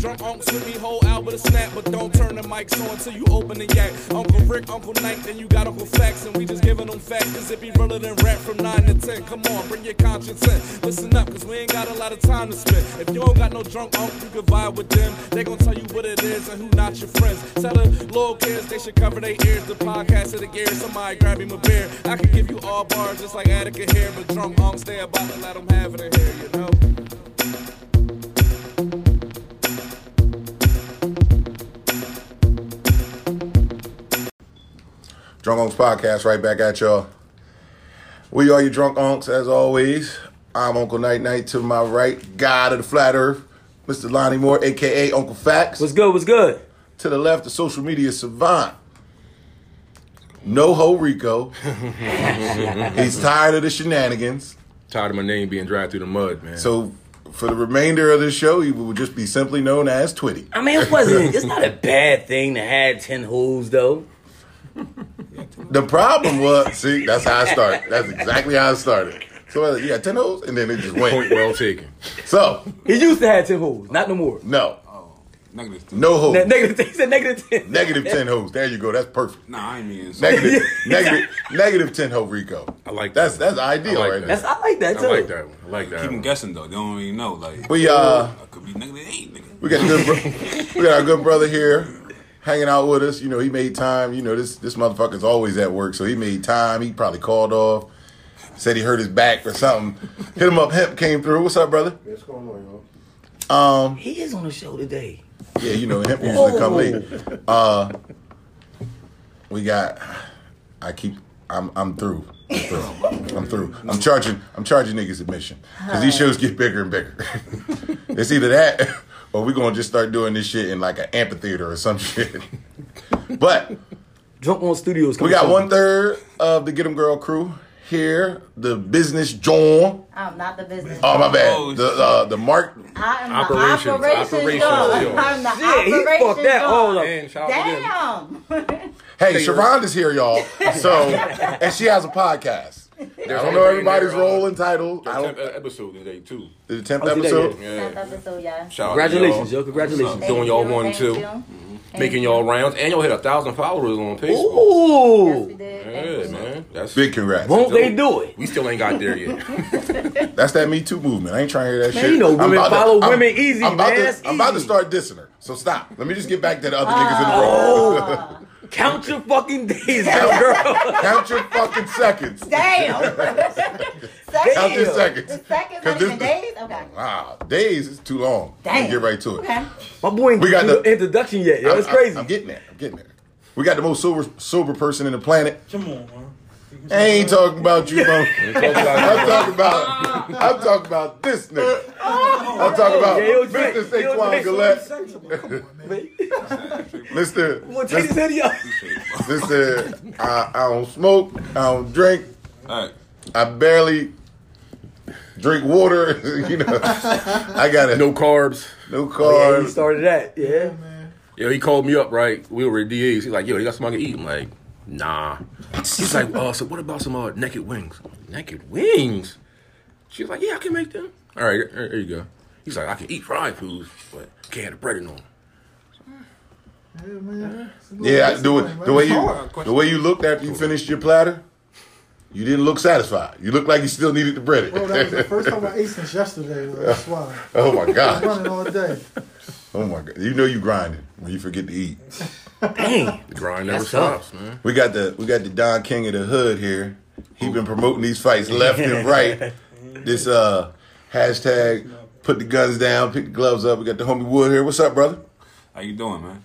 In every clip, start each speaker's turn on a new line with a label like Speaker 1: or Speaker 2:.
Speaker 1: turn on to me, whole out with a snap, but don't turn the mics on till you open the yak. Uncle Rick, Uncle Nike, then you got Uncle Facts, and we just giving them facts, cause it be realer than rap from 9 to 10. Come on, bring your conscience in. Listen up, cause we ain't got a lot of time to spend. If you don't got no drunk uncle, you can vibe with them. They gon' tell you what it is and who not your friends. Tell the little kids they should cover their ears. The podcast of the gear, somebody grab him a beer. I can give you all bars just like Attica here, but drunk uncle, stay about to let them have it in here, you know?
Speaker 2: Drunk Unks Podcast, right back at y'all. We are your drunk unks, as always. I'm Uncle Night Night to my right, God of the Flat Earth, Mr. Lonnie Moore, aka Uncle Facts.
Speaker 3: What's good? What's good?
Speaker 2: to the left, the social media savant. No ho Rico. He's tired of the shenanigans.
Speaker 4: Tired of my name being dragged through the mud, man.
Speaker 2: So for the remainder of the show, he will just be simply known as Twitty.
Speaker 3: I mean, it wasn't. It's not a bad thing to have ten holes, though.
Speaker 2: The problem was, see, that's how I start. That's exactly how I started. So I was like, you got ten hoes, and then it just
Speaker 4: point
Speaker 2: went.
Speaker 4: well taken.
Speaker 2: So
Speaker 3: He used to have ten holes, not no more.
Speaker 2: no,
Speaker 5: Negative. two.
Speaker 2: no
Speaker 3: Ne-
Speaker 2: hoes.
Speaker 3: negative. He said negative ten.
Speaker 2: Negative ten hoes. There you go. That's perfect.
Speaker 5: Nah, I ain't mean it's
Speaker 2: Negative, negative, negative ten ho Rico.
Speaker 4: I like
Speaker 2: that's
Speaker 4: that.
Speaker 2: that's ideal
Speaker 4: I like
Speaker 2: right
Speaker 4: that.
Speaker 2: now.
Speaker 3: That's I like that too.
Speaker 4: I like that one. I like that.
Speaker 5: Keep them
Speaker 4: one.
Speaker 5: guessing though. They don't even know. Like
Speaker 2: We uh.
Speaker 5: I could be negative eight, nigga.
Speaker 2: We got a good bro- we got our good brother here hanging out with us. You know, he made time. You know, this this motherfucker's always at work, so he made time. He probably called off, said he hurt his back or something. Hit him up, hemp came through. What's up, brother?
Speaker 6: What's going on, y'all?
Speaker 2: Um,
Speaker 3: He is on the show today.
Speaker 2: yeah, you know, hemp usually come late. Uh we got I keep I'm I'm through. I'm through. I'm through. I'm charging I'm charging niggas admission. Because these shows get bigger and bigger. it's either that or we're gonna just start doing this shit in like an amphitheater or some shit. but
Speaker 3: Drunk on Studios.
Speaker 2: we
Speaker 3: coming
Speaker 2: got
Speaker 3: soon.
Speaker 2: one third of the Get 'em Girl crew here. The business John.
Speaker 7: I'm not the business.
Speaker 2: Oh my
Speaker 5: Oh,
Speaker 2: bad. The uh, the Mark
Speaker 7: I am
Speaker 4: Operations,
Speaker 7: the operations,
Speaker 4: operations,
Speaker 7: dog.
Speaker 4: yo.
Speaker 7: I'm the
Speaker 3: Shit,
Speaker 7: operations
Speaker 3: he fucked that all
Speaker 7: dog.
Speaker 3: up.
Speaker 4: And shout out to them.
Speaker 7: Damn.
Speaker 2: Hey, Sharonda's here, y'all. So, and she has a podcast. I don't know everybody's role and title.
Speaker 4: The
Speaker 2: I don't.
Speaker 4: tenth e- episode today too.
Speaker 2: The tenth
Speaker 3: Oh, she did
Speaker 2: episode.
Speaker 7: Tenth episode, yeah.
Speaker 4: Shout out to
Speaker 3: Congratulations,
Speaker 4: y'all.
Speaker 3: yo. Congratulations.
Speaker 4: What's Doing y'all one,
Speaker 7: thank
Speaker 4: too.
Speaker 7: you.
Speaker 4: Making y'all rounds, and y'all hit a thousand followers on Facebook.
Speaker 7: Yes, we
Speaker 3: Ooh.
Speaker 7: did.
Speaker 4: Yeah, man. That's
Speaker 2: Big congrats.
Speaker 3: Won't they do it?
Speaker 4: We still ain't got there yet.
Speaker 2: That's that Me Too movement. I ain't trying to hear that
Speaker 3: Man,
Speaker 2: shit.
Speaker 3: you know
Speaker 2: I'm
Speaker 3: women
Speaker 2: about to-
Speaker 3: follow
Speaker 2: I'm-
Speaker 3: women easy,
Speaker 2: I'm about,
Speaker 3: man.
Speaker 2: To,
Speaker 3: That's
Speaker 2: I'm about to
Speaker 3: easy. Ah.
Speaker 2: start dissing her. So stop. Let me just get back to the other niggas in the room.
Speaker 3: Count your fucking days, girl. girl.
Speaker 2: Count your fucking seconds.
Speaker 7: Damn.
Speaker 2: Count your
Speaker 7: Second.
Speaker 2: seconds.
Speaker 7: Second,
Speaker 2: Cause
Speaker 7: not
Speaker 2: this-
Speaker 7: even days? Okay.
Speaker 2: Wow, days is too long. We
Speaker 7: Damn.
Speaker 2: Get right to it.
Speaker 7: Okay.
Speaker 3: My boy ain't
Speaker 2: We got
Speaker 3: got the
Speaker 2: the-
Speaker 3: introduction yet. Yo, it's
Speaker 2: I'm- I'm-
Speaker 3: crazy.
Speaker 2: I'm getting there. I'm getting there. We got the most sober sober person in the planet. Come on, man. I ain't talking about you, bro. I'm talking about I'm talking about this nigga. I'm talking about
Speaker 3: Yeah, yo, Drake.
Speaker 2: Mr.
Speaker 3: Yo,
Speaker 2: Saquon
Speaker 3: Drake.
Speaker 2: Gillette,
Speaker 3: I'm
Speaker 2: Mr.
Speaker 3: gonna take this hoodie off.
Speaker 2: Mr. I, I don't smoke, I don't drink,
Speaker 5: All right.
Speaker 2: I barely drink water. you know, I got a no,
Speaker 4: No carbs.
Speaker 3: Yeah, he
Speaker 2: cars.
Speaker 3: started that. Yeah.
Speaker 4: Yo, he called me up, right? We were at DA's. He's like, yo, you got something I can eat? I'm like, nah. He's like, uh, so what about some uh, naked wings? I'm like, naked wings? She's like, yeah, I can make them. All right, there, there you go. He's like, I can eat fried foods, but can't have the breading on. 'em."
Speaker 2: yeah, I do it. The way you the way you looked after you finished your platter, you didn't look satisfied. You looked like you still needed to bread it.
Speaker 6: Bro, Oh, that was the first time I ate since yesterday. Like, that's why.
Speaker 2: Oh my
Speaker 6: I'm
Speaker 2: god!
Speaker 6: running all day.
Speaker 2: Oh my god! You know you grinding when you forget to eat.
Speaker 3: Dang.
Speaker 4: The grind never
Speaker 3: That's tough.
Speaker 4: stops, man.
Speaker 2: We got the we got the Don King of the Hood here. He been promoting these fights left and right. This uh hashtag put the guns down, pick the gloves up. We got the homie Wood here. What's up, brother?
Speaker 5: How you doing, man?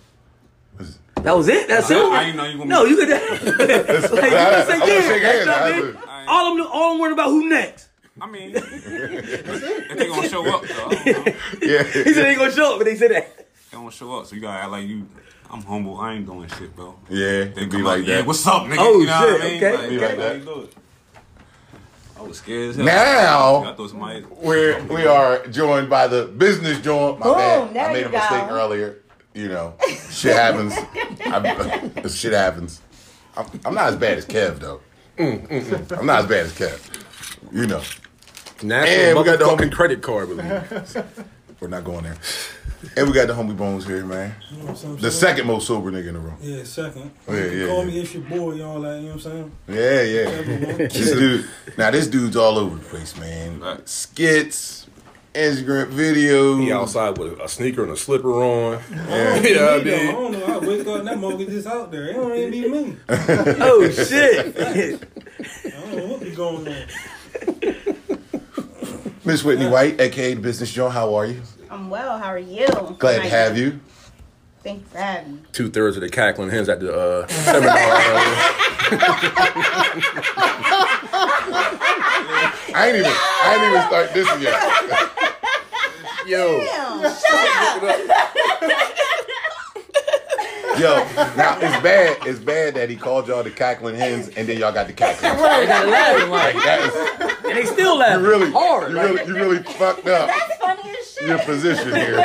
Speaker 3: That was it? That's
Speaker 5: I-
Speaker 3: it?
Speaker 5: I didn't know you gonna
Speaker 3: No,
Speaker 5: be-
Speaker 3: you could. like, you could say,
Speaker 2: I wanna shake
Speaker 3: yeah.
Speaker 2: hands.
Speaker 3: That's
Speaker 2: I
Speaker 3: it,
Speaker 2: would-
Speaker 3: man. All I'm, all I'm worried about who next.
Speaker 5: I mean, if they gonna show up, though, I don't know.
Speaker 3: He
Speaker 2: Yeah,
Speaker 3: said they ain't gonna show up, but they said that.
Speaker 5: they don't show up. So you gotta act like you. I'm humble. I ain't doing shit, bro.
Speaker 2: yeah.
Speaker 5: They
Speaker 2: It'd be
Speaker 5: come
Speaker 2: like
Speaker 5: like, yeah,
Speaker 2: that.
Speaker 5: what's up, nigga?
Speaker 3: Oh,
Speaker 5: you know
Speaker 3: shit,
Speaker 5: What I mean?
Speaker 3: okay,
Speaker 5: Like,
Speaker 3: okay.
Speaker 5: yeah,
Speaker 2: Be like
Speaker 5: how
Speaker 2: that.
Speaker 5: you do it? I was scared as hell. I
Speaker 2: Now
Speaker 5: thought somebody.
Speaker 2: we're we are joined by the business joint. My
Speaker 7: Boom,
Speaker 2: bad.
Speaker 7: there
Speaker 2: I made
Speaker 7: you
Speaker 2: a mistake
Speaker 7: go.
Speaker 2: earlier. You know, shit happens. I, shit happens. I'm, I'm not as bad as Kev though.
Speaker 4: Mm,
Speaker 2: I'm not as bad as Kev. You know,
Speaker 4: National
Speaker 2: And we got the
Speaker 4: motherfucking
Speaker 2: homie-
Speaker 4: credit card with me.
Speaker 2: we're not going there. And we got the homie Bones here, man.
Speaker 8: You know what I'm saying?
Speaker 2: The second most sober nigga in the room.
Speaker 8: Yeah, second.
Speaker 2: Yeah, yeah,
Speaker 8: Call
Speaker 2: yeah.
Speaker 8: me it's your boy, y'all that, you know what I'm
Speaker 2: Yeah, yeah.
Speaker 8: saying?
Speaker 2: This dude, now this dude's all over the place, man. Skits, Instagram videos.
Speaker 4: He outside with a sneaker and a slipper on.
Speaker 8: I
Speaker 4: Yeah,
Speaker 8: don't
Speaker 4: I
Speaker 8: be me, though. I
Speaker 4: mean,
Speaker 8: don't know. I wake up and that motherfucker just out there. It don't even be me.
Speaker 3: Oh shit!
Speaker 8: I don't know what be going on.
Speaker 2: Miss Whitney White, aka the Business Joan. How are you?
Speaker 7: I'm well. How are you?
Speaker 2: Glad to have you.
Speaker 7: Thank you for having me.
Speaker 4: two thirds of the cackling hens at the uh, seminar. uh,
Speaker 2: I ain't even. I ain't even start this yet.
Speaker 4: yo,
Speaker 7: Damn.
Speaker 2: Yo, now it's bad. It's bad that he called y'all the cackling hens, and then y'all got the cackling.
Speaker 3: Right, gotta laugh like,
Speaker 2: That is,
Speaker 3: and they still laughing.
Speaker 2: you really,
Speaker 3: hard.
Speaker 2: you
Speaker 3: like,
Speaker 2: really, you really fucked up
Speaker 7: That's funny as shit.
Speaker 2: your position here.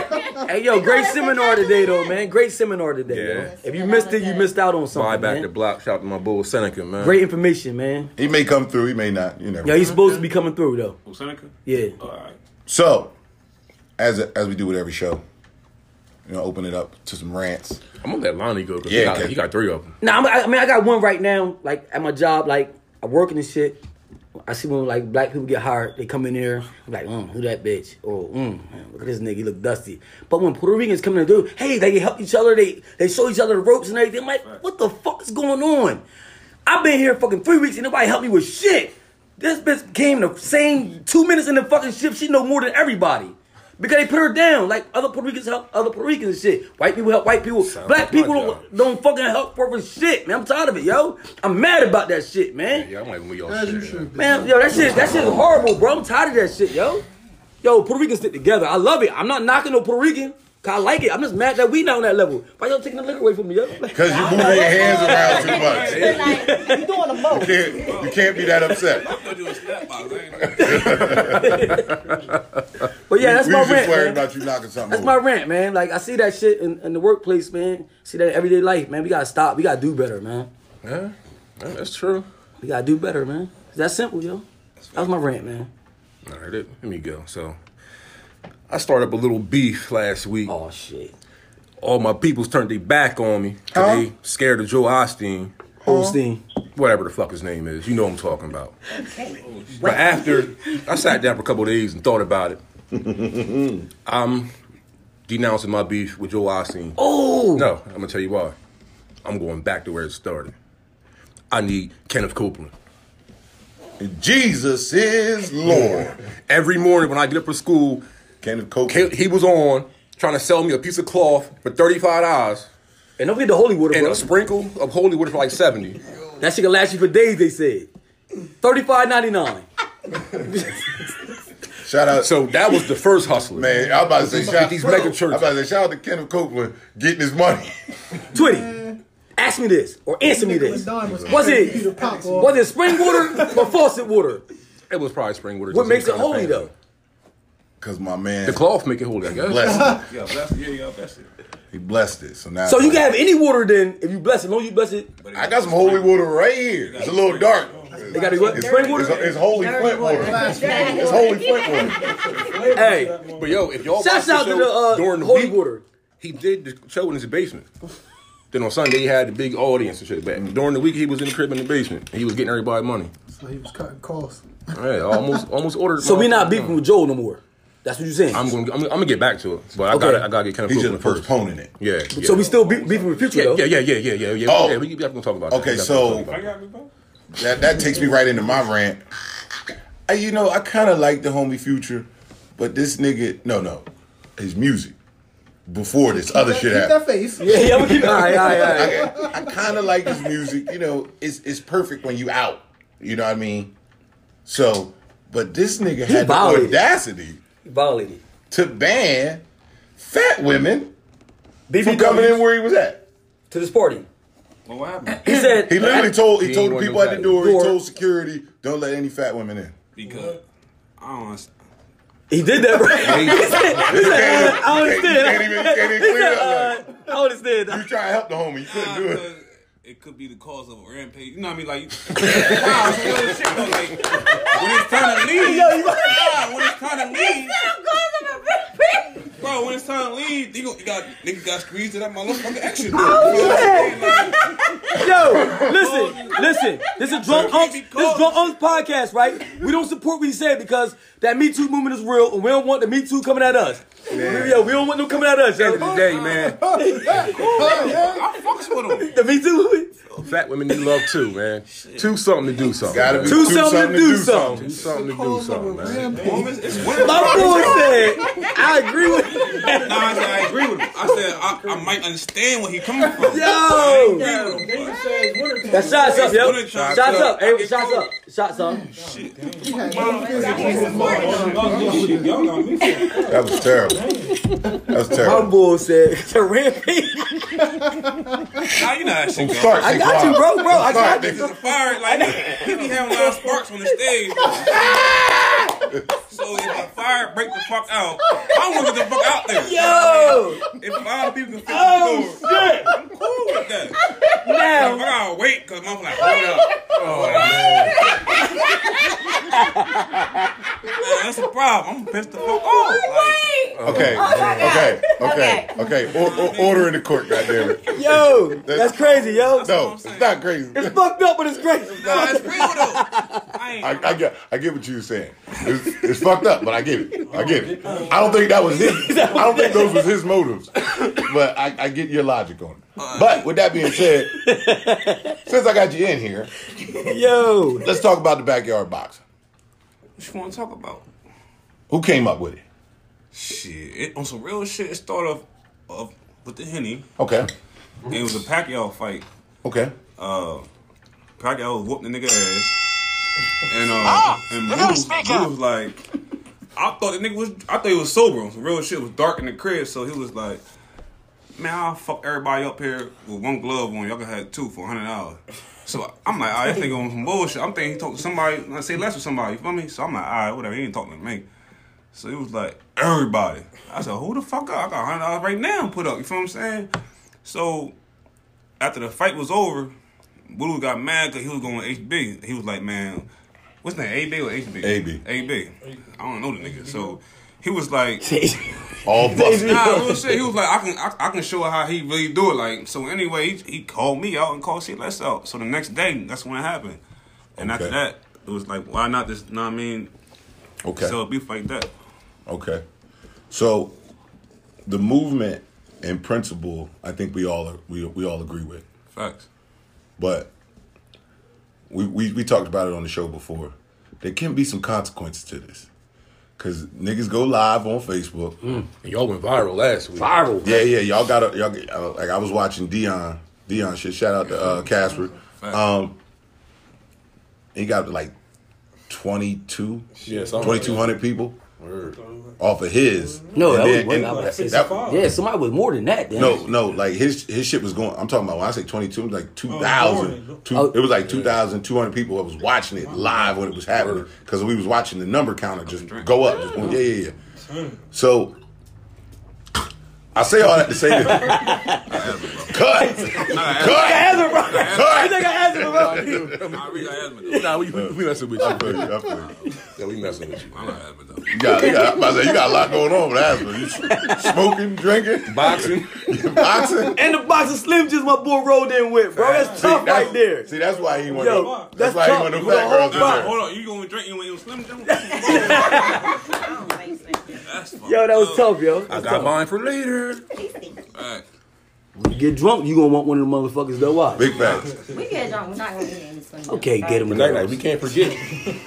Speaker 3: hey yo, great seminar today though, man. Great seminar today.
Speaker 4: Yeah.
Speaker 3: Yo. If you missed it, you missed out on something.
Speaker 4: buy back
Speaker 3: man.
Speaker 4: the block. Shout out to my bull Seneca, man.
Speaker 3: Great information, man.
Speaker 2: He may come through. He may not. You never.
Speaker 3: Yo, he's supposed to be coming through though.
Speaker 5: Oh, Seneca?
Speaker 3: Yeah.
Speaker 5: All right.
Speaker 2: So, as as we do with every show, you know, open it up to some rants.
Speaker 4: I'm gonna let Lonnie go. 'cause
Speaker 2: Yeah,
Speaker 4: he got,
Speaker 2: okay.
Speaker 4: he got three of them.
Speaker 3: Nah, I'm, I I mean, I got one right now. Like at my job, like I'm working and shit. I see when like black people get hired, they come in there I'm like, mm, who that bitch? Or mm, look at this nigga, he look dusty. But when Puerto Ricans come in to do, hey, they help each other, they they show each other the ropes and everything. I'm like, what the fuck is going on? I've been here fucking three weeks and nobody helped me with shit. This bitch came the same two minutes in the fucking shift. She know more than everybody. Because they put her down, like other Puerto Ricans help other Puerto Ricans and shit. White people help white people. Black
Speaker 4: like my
Speaker 3: people
Speaker 4: job.
Speaker 3: don't, don't fucking help for for shit, man. I'm tired of it, yo. I'm mad about that shit, man.
Speaker 4: Yeah, I'm like, we all
Speaker 6: As you
Speaker 4: shit.
Speaker 6: should be.
Speaker 3: Man, yo, that shit, that shit is horrible, bro. I'm tired of that shit, yo. Yo, Puerto Ricans stick together. I love it. I'm not knocking no Puerto Rican. 'cause I like it. I'm just mad that we not on that level. Why y'all taking the liquor away from me, yo? Like,
Speaker 2: Cause you're moving your hands around too much. You
Speaker 7: But like, you doing the most.
Speaker 2: can't, you can't be that upset.
Speaker 5: I thought you was snap box. I ain't know.
Speaker 3: but yeah, that's
Speaker 2: we
Speaker 3: my
Speaker 2: was just
Speaker 3: rant.
Speaker 2: worried
Speaker 3: man.
Speaker 2: about you knocking something
Speaker 3: That's my
Speaker 2: over.
Speaker 3: rant, man. Like I see that shit in, in the workplace, man. See that in everyday life, man. We gotta stop. We gotta do better, man.
Speaker 4: Yeah, yeah, that's true.
Speaker 3: We gotta do better, man. It's that simple, yo. That was my rant, man.
Speaker 4: All right, let let me go. So, I started up a little beef last week.
Speaker 3: Oh shit.
Speaker 4: All my peoples turned their back on me. 'cause They scared of Joe Osteen,
Speaker 3: Holstein.
Speaker 4: whatever the fuck his name is. You know what I'm talking about. But after I sat down for a couple of days and thought about it, I'm denouncing my beef with Joe Osteen.
Speaker 3: Oh
Speaker 4: No, I'm gonna tell you why. I'm going back to where it started. I need Kenneth Copeland.
Speaker 2: Jesus is Lord.
Speaker 4: Every morning when I get up for school,
Speaker 2: Kenneth Copeland.
Speaker 4: He he was on trying to sell me a piece of cloth for thirty-five dollars
Speaker 3: and don't forget the holy water,
Speaker 4: and
Speaker 3: bro.
Speaker 4: a sprinkle of holy water for like seventy.
Speaker 3: That shit can last you for days, they said. Thirty-five ninety-nine.
Speaker 2: Shout out,
Speaker 4: So that was the first hustler.
Speaker 2: man. I'm about to say shout
Speaker 4: these mega churches.
Speaker 2: I'm about to say shout out to Kenneth Copeland getting his money.
Speaker 3: Twenty. Ask me this or answer me this. Was
Speaker 6: Peter
Speaker 3: it
Speaker 6: Pop off.
Speaker 3: was it spring water or faucet water?
Speaker 4: It was probably spring water.
Speaker 3: What
Speaker 4: just
Speaker 3: makes
Speaker 4: some
Speaker 3: it
Speaker 4: kind of
Speaker 3: holy
Speaker 4: thing.
Speaker 3: though?
Speaker 2: Cause my man
Speaker 4: The cloth make it holy, I guess.
Speaker 2: blessed
Speaker 5: Yeah, bless Yeah, yeah, bless it.
Speaker 2: it. He blessed it. So now
Speaker 3: So you can have any water then if you bless it, long as you bless it.
Speaker 2: I got some holy water right here. It's a little dark.
Speaker 3: They gotta go
Speaker 2: It's,
Speaker 3: spring
Speaker 2: it's,
Speaker 3: water.
Speaker 2: it's holy
Speaker 7: Dirty
Speaker 2: Flint
Speaker 7: water.
Speaker 2: water.
Speaker 7: Dirty
Speaker 2: It's holy Flint water.
Speaker 3: Hey,
Speaker 4: But yo, if y'all watch
Speaker 3: shouts
Speaker 4: the
Speaker 3: out to
Speaker 4: show
Speaker 3: the uh,
Speaker 4: during the
Speaker 3: holy
Speaker 4: week,
Speaker 3: water.
Speaker 4: he did the show in his basement. then on Sunday he had the big audience and shit back. During the week he was in the crib in the basement. He was getting everybody money.
Speaker 6: So he was cutting costs.
Speaker 4: Yeah, I almost almost ordered.
Speaker 3: So
Speaker 4: my-
Speaker 3: we not beefing with Joel no more. That's what you're saying.
Speaker 4: I'm going. to I'm, I'm gonna get back to it, but I
Speaker 3: Okay.
Speaker 4: got. I got to get kind of
Speaker 2: He's just
Speaker 4: first.
Speaker 2: postponing it.
Speaker 4: Yeah, yeah.
Speaker 3: so we still be- beefing with Future
Speaker 4: Yeah,
Speaker 3: though.
Speaker 4: yeah, yeah, yeah, yeah, yeah, yeah.
Speaker 2: Oh.
Speaker 4: yeah we, we definitely gonna talk about that.
Speaker 2: Okay,
Speaker 4: We definitely
Speaker 2: so-
Speaker 4: gonna talk about
Speaker 5: I
Speaker 4: that.
Speaker 5: got me, bro.
Speaker 2: That that takes me right into my rant. I, you know, I kind of like the homie Future, but this nigga, no, no, his music before this other shit
Speaker 6: Keep
Speaker 2: happened.
Speaker 6: that face.
Speaker 3: yeah, yeah. We keep. All right, all right, all right.
Speaker 2: I, I kind of like his music. You know, it's it's perfect when you out. You know what I mean? So, but this nigga had the
Speaker 3: violated.
Speaker 2: audacity
Speaker 3: Violated.
Speaker 2: to ban fat women from
Speaker 3: BBW
Speaker 2: coming in where he was at.
Speaker 3: to this party.
Speaker 5: Well, what happened?
Speaker 3: He said
Speaker 2: He literally told he
Speaker 4: He
Speaker 2: told the
Speaker 4: ain't
Speaker 2: people
Speaker 4: want no
Speaker 2: at the
Speaker 4: fat
Speaker 2: door. He
Speaker 3: women.
Speaker 2: told security, don't let any fat women in.
Speaker 5: Because I don't understand.
Speaker 3: he did that. Right? he said, he said uh, I don't
Speaker 2: Can't
Speaker 3: understand.
Speaker 2: even, can't even
Speaker 3: He
Speaker 2: clear
Speaker 3: said,
Speaker 2: it up.
Speaker 3: uh, I don't understand.
Speaker 2: You try to help the homie, you couldn't do
Speaker 4: Uh,
Speaker 2: it.
Speaker 5: because It could be the cause of a rampage. You know what I mean? Like, nah, some real shit, though, like when it's time to leave, nah, when it's time to leave,
Speaker 7: Instead of going to the
Speaker 5: Bro, when it's time to leave, you, go, you got nigga got squeezed out my motherfucking action.
Speaker 3: Yo, listen, listen. This is drunk unks. This is drunk unks podcast, right? We don't support what he said because that Me Too movement is real, and we don't want the Me Too coming at us. Yo, we don't want them coming at us.
Speaker 4: End of
Speaker 3: Yo.
Speaker 4: the day, man.
Speaker 5: I fucks with him.
Speaker 3: The Me Too movement.
Speaker 4: Fat women need love too, man. Two something to do something.
Speaker 2: Gotta be
Speaker 3: Do
Speaker 2: do
Speaker 3: something
Speaker 2: something
Speaker 4: Do
Speaker 3: to do something.
Speaker 4: something to do something, man.
Speaker 5: Woman, it's winter.
Speaker 3: My boy said, I agree with
Speaker 5: Nah, I said I agree with him. I said I, I might understand where he coming from.
Speaker 3: Yo.
Speaker 5: Yeah,
Speaker 8: They just said it's winter time.
Speaker 3: That's shots up, yo.
Speaker 5: Winter time.
Speaker 3: Shots up. Everybody, shots up. Shots up.
Speaker 8: Y'all got me fucked.
Speaker 2: That was terrible. That was
Speaker 3: My
Speaker 2: terrible.
Speaker 3: boy said, to rampage.
Speaker 5: Nah, you know how that shit go.
Speaker 2: Start,
Speaker 3: I got you, bro, bro. I got you.
Speaker 5: It's a fire, like he be having a lot of sparks on the stage. so if the fire break the fuck out, I want to get the fuck out there.
Speaker 3: Yo.
Speaker 5: If a lot of people can fix
Speaker 3: Oh,
Speaker 5: the door,
Speaker 3: shit.
Speaker 5: I'm cool with that. I
Speaker 3: Now,
Speaker 5: gotta wait because I'm like, hold up. Oh, man. Nah, that's a problem. I'm pissed the fuck off.
Speaker 2: Okay, okay,
Speaker 7: my God.
Speaker 2: Oh, okay, okay. Or, or, order in the court, goddammit.
Speaker 3: yo. That's crazy, yo.
Speaker 2: No, it's not crazy.
Speaker 3: It's fucked up, but it's crazy.
Speaker 5: Like, nah, it's real though. I ain't.
Speaker 2: I, I get, I get what you're saying. It's, it's fucked up, but I get it. I get it. I don't think that was his. I don't think those was his motives. But I, I get your logic on it. But with that being said, since I got you in here,
Speaker 3: Yo.
Speaker 2: let's talk about the backyard boxing.
Speaker 5: What you want to talk about?
Speaker 2: Who came up with it?
Speaker 5: Shit, it, on some real shit, it started off, off with the henny.
Speaker 2: Okay,
Speaker 5: And it was a Pacquiao fight.
Speaker 2: okay.
Speaker 5: Pacquiao whooped the nigga ass. And uh, and Boo, Boo was like, I thought the nigga was, I thought he was sober. Some real shit It was dark in the crib, so he was like, man, I'll fuck everybody up here with one glove on. Y'all can have two for hundred dollars. So I'm like, I think on some bullshit. I'm thinking he talked to somebody. I say less with somebody. You feel me? So I'm like, all right, whatever. He ain't talking to me. So he was like, everybody. I said, who the fuck up? I got hundred dollars right now. Put up. You feel what I'm saying? So after the fight was over, Boo got mad because he was going HB. He was like, man, what's that? AB or HB?
Speaker 2: AB.
Speaker 5: AB. I don't know the nigga. So he was like.
Speaker 2: All busted.
Speaker 5: Nah, real shit. He was like, I can, I, I can show her how he really do it. Like, so anyway, he, he called me out and called shit less out. So the next day, that's when it happened. And after
Speaker 2: Okay.
Speaker 5: that, it was like, why not this? Know what I mean?
Speaker 2: Okay.
Speaker 5: So beef like that.
Speaker 2: Okay. So the movement in principle, I think we all we we all agree with.
Speaker 5: Facts.
Speaker 2: But we we, we talked about it on the show before. There can be some consequences to this. Cause niggas go live on Facebook.
Speaker 4: And y'all went viral last week.
Speaker 3: Viral.
Speaker 2: Yeah, yeah, y'all gotta y'all get- uh, like I was watching Dion. Dion shit. Shout out to uh Casper. Um he got like 22
Speaker 4: Yeah, something like that.
Speaker 2: 2200 people off of his.
Speaker 3: No,
Speaker 2: And
Speaker 3: that was
Speaker 2: then-
Speaker 3: way-
Speaker 2: and
Speaker 3: I was
Speaker 2: that-
Speaker 3: gonna say
Speaker 2: that-
Speaker 3: Yeah, somebody was more than that. Damn.
Speaker 2: No, no, like his his shit was going. I'm talking about when I say 22, it was like 2,000.
Speaker 8: Lord.
Speaker 2: two-
Speaker 3: Oh.
Speaker 2: it was like 2,200 people that was watching it live when it was happening because we was watching the number counter just go up. Just going, yeah, yeah, yeah. So I say all that to say this. Cut, cut,
Speaker 3: Asthma, bro. You think I asthma, bro?
Speaker 5: I really got asthma though.
Speaker 4: Nah, we, we, we messing with
Speaker 2: I
Speaker 4: you.
Speaker 2: feel you, I feel you.
Speaker 4: Yeah, we messing with you.
Speaker 5: I got asthma though.
Speaker 2: You got, you got, I'm about to say, you got a lot going on with asthma. You s- smoking, drinking,
Speaker 4: Boxing.
Speaker 2: boxing.
Speaker 3: And the box of Slim just my boy rolled in with, bro. That's
Speaker 2: See,
Speaker 3: tough
Speaker 2: that's-
Speaker 3: right there.
Speaker 2: See, that's why he went.
Speaker 3: Yo,
Speaker 2: that's,
Speaker 3: that's
Speaker 2: why
Speaker 3: tough.
Speaker 2: he went
Speaker 3: You
Speaker 2: to fat
Speaker 3: gonna hold
Speaker 2: girls in
Speaker 5: Nah,
Speaker 2: there.
Speaker 5: hold on. You gonna drink? You ain't slim Jim? That's
Speaker 7: I don't like snakes.
Speaker 5: fine.
Speaker 3: Yo, that was tough, yo.
Speaker 4: I got mine for later.
Speaker 7: They stink.
Speaker 5: Alright.
Speaker 3: You get drunk, you gonna want one of the motherfuckers though. Why?
Speaker 2: Big facts.
Speaker 7: We get drunk. We're not gonna eat any swim.
Speaker 3: Okay, get him.
Speaker 4: Night night. We can't forget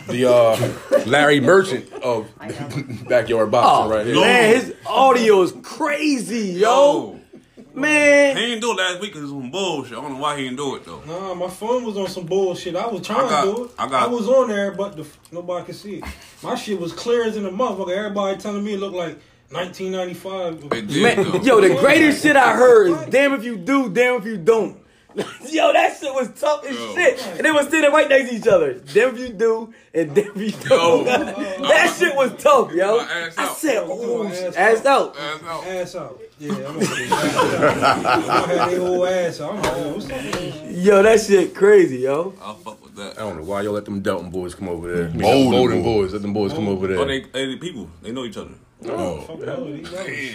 Speaker 4: the uh, Larry Merchant of backyard
Speaker 3: Oh,
Speaker 4: boxing right here.
Speaker 3: man, his audio is crazy, yo.
Speaker 5: Oh. He
Speaker 3: Man.
Speaker 5: didn't do it last week because it was some bullshit. I don't know why he didn't do it though.
Speaker 8: Nah, my phone was on some bullshit. I was
Speaker 5: I
Speaker 8: trying
Speaker 5: got-
Speaker 8: to do it.
Speaker 5: I got-
Speaker 8: was on there, but the, nobody could see it. My shit was clear as in a motherfucker. Everybody telling me it looked like 1995.
Speaker 5: It did
Speaker 3: man.
Speaker 5: though.
Speaker 3: Yo, the greatest shit I heard is damn if you do, damn if you don't. Yo, that shit was tough as
Speaker 5: Yo.
Speaker 3: shit. And they were standing right next to each other. Damn if you do, and damn if you
Speaker 5: Yo.
Speaker 3: don't. that shit was tough, yo.
Speaker 5: My ass
Speaker 3: I
Speaker 5: out.
Speaker 3: said,
Speaker 8: My
Speaker 3: oh,
Speaker 8: ass
Speaker 3: ass out.
Speaker 5: Ass out.
Speaker 8: Ass out. Yeah, I'm gonna have their whole ass out. I'm like, yo, what's up with this shit?
Speaker 3: Yo, that shit crazy, yo.
Speaker 5: I'll fuck with that.
Speaker 4: I don't know why y'all let them Dalton boys come over there. I mean,
Speaker 2: Bolden
Speaker 4: Bolden
Speaker 2: boys.
Speaker 4: boys. Let them boys come over
Speaker 5: Oh,
Speaker 4: there. Oh,
Speaker 5: they, hey, they people. They know each other.
Speaker 2: No.
Speaker 8: Fuck that, he love it.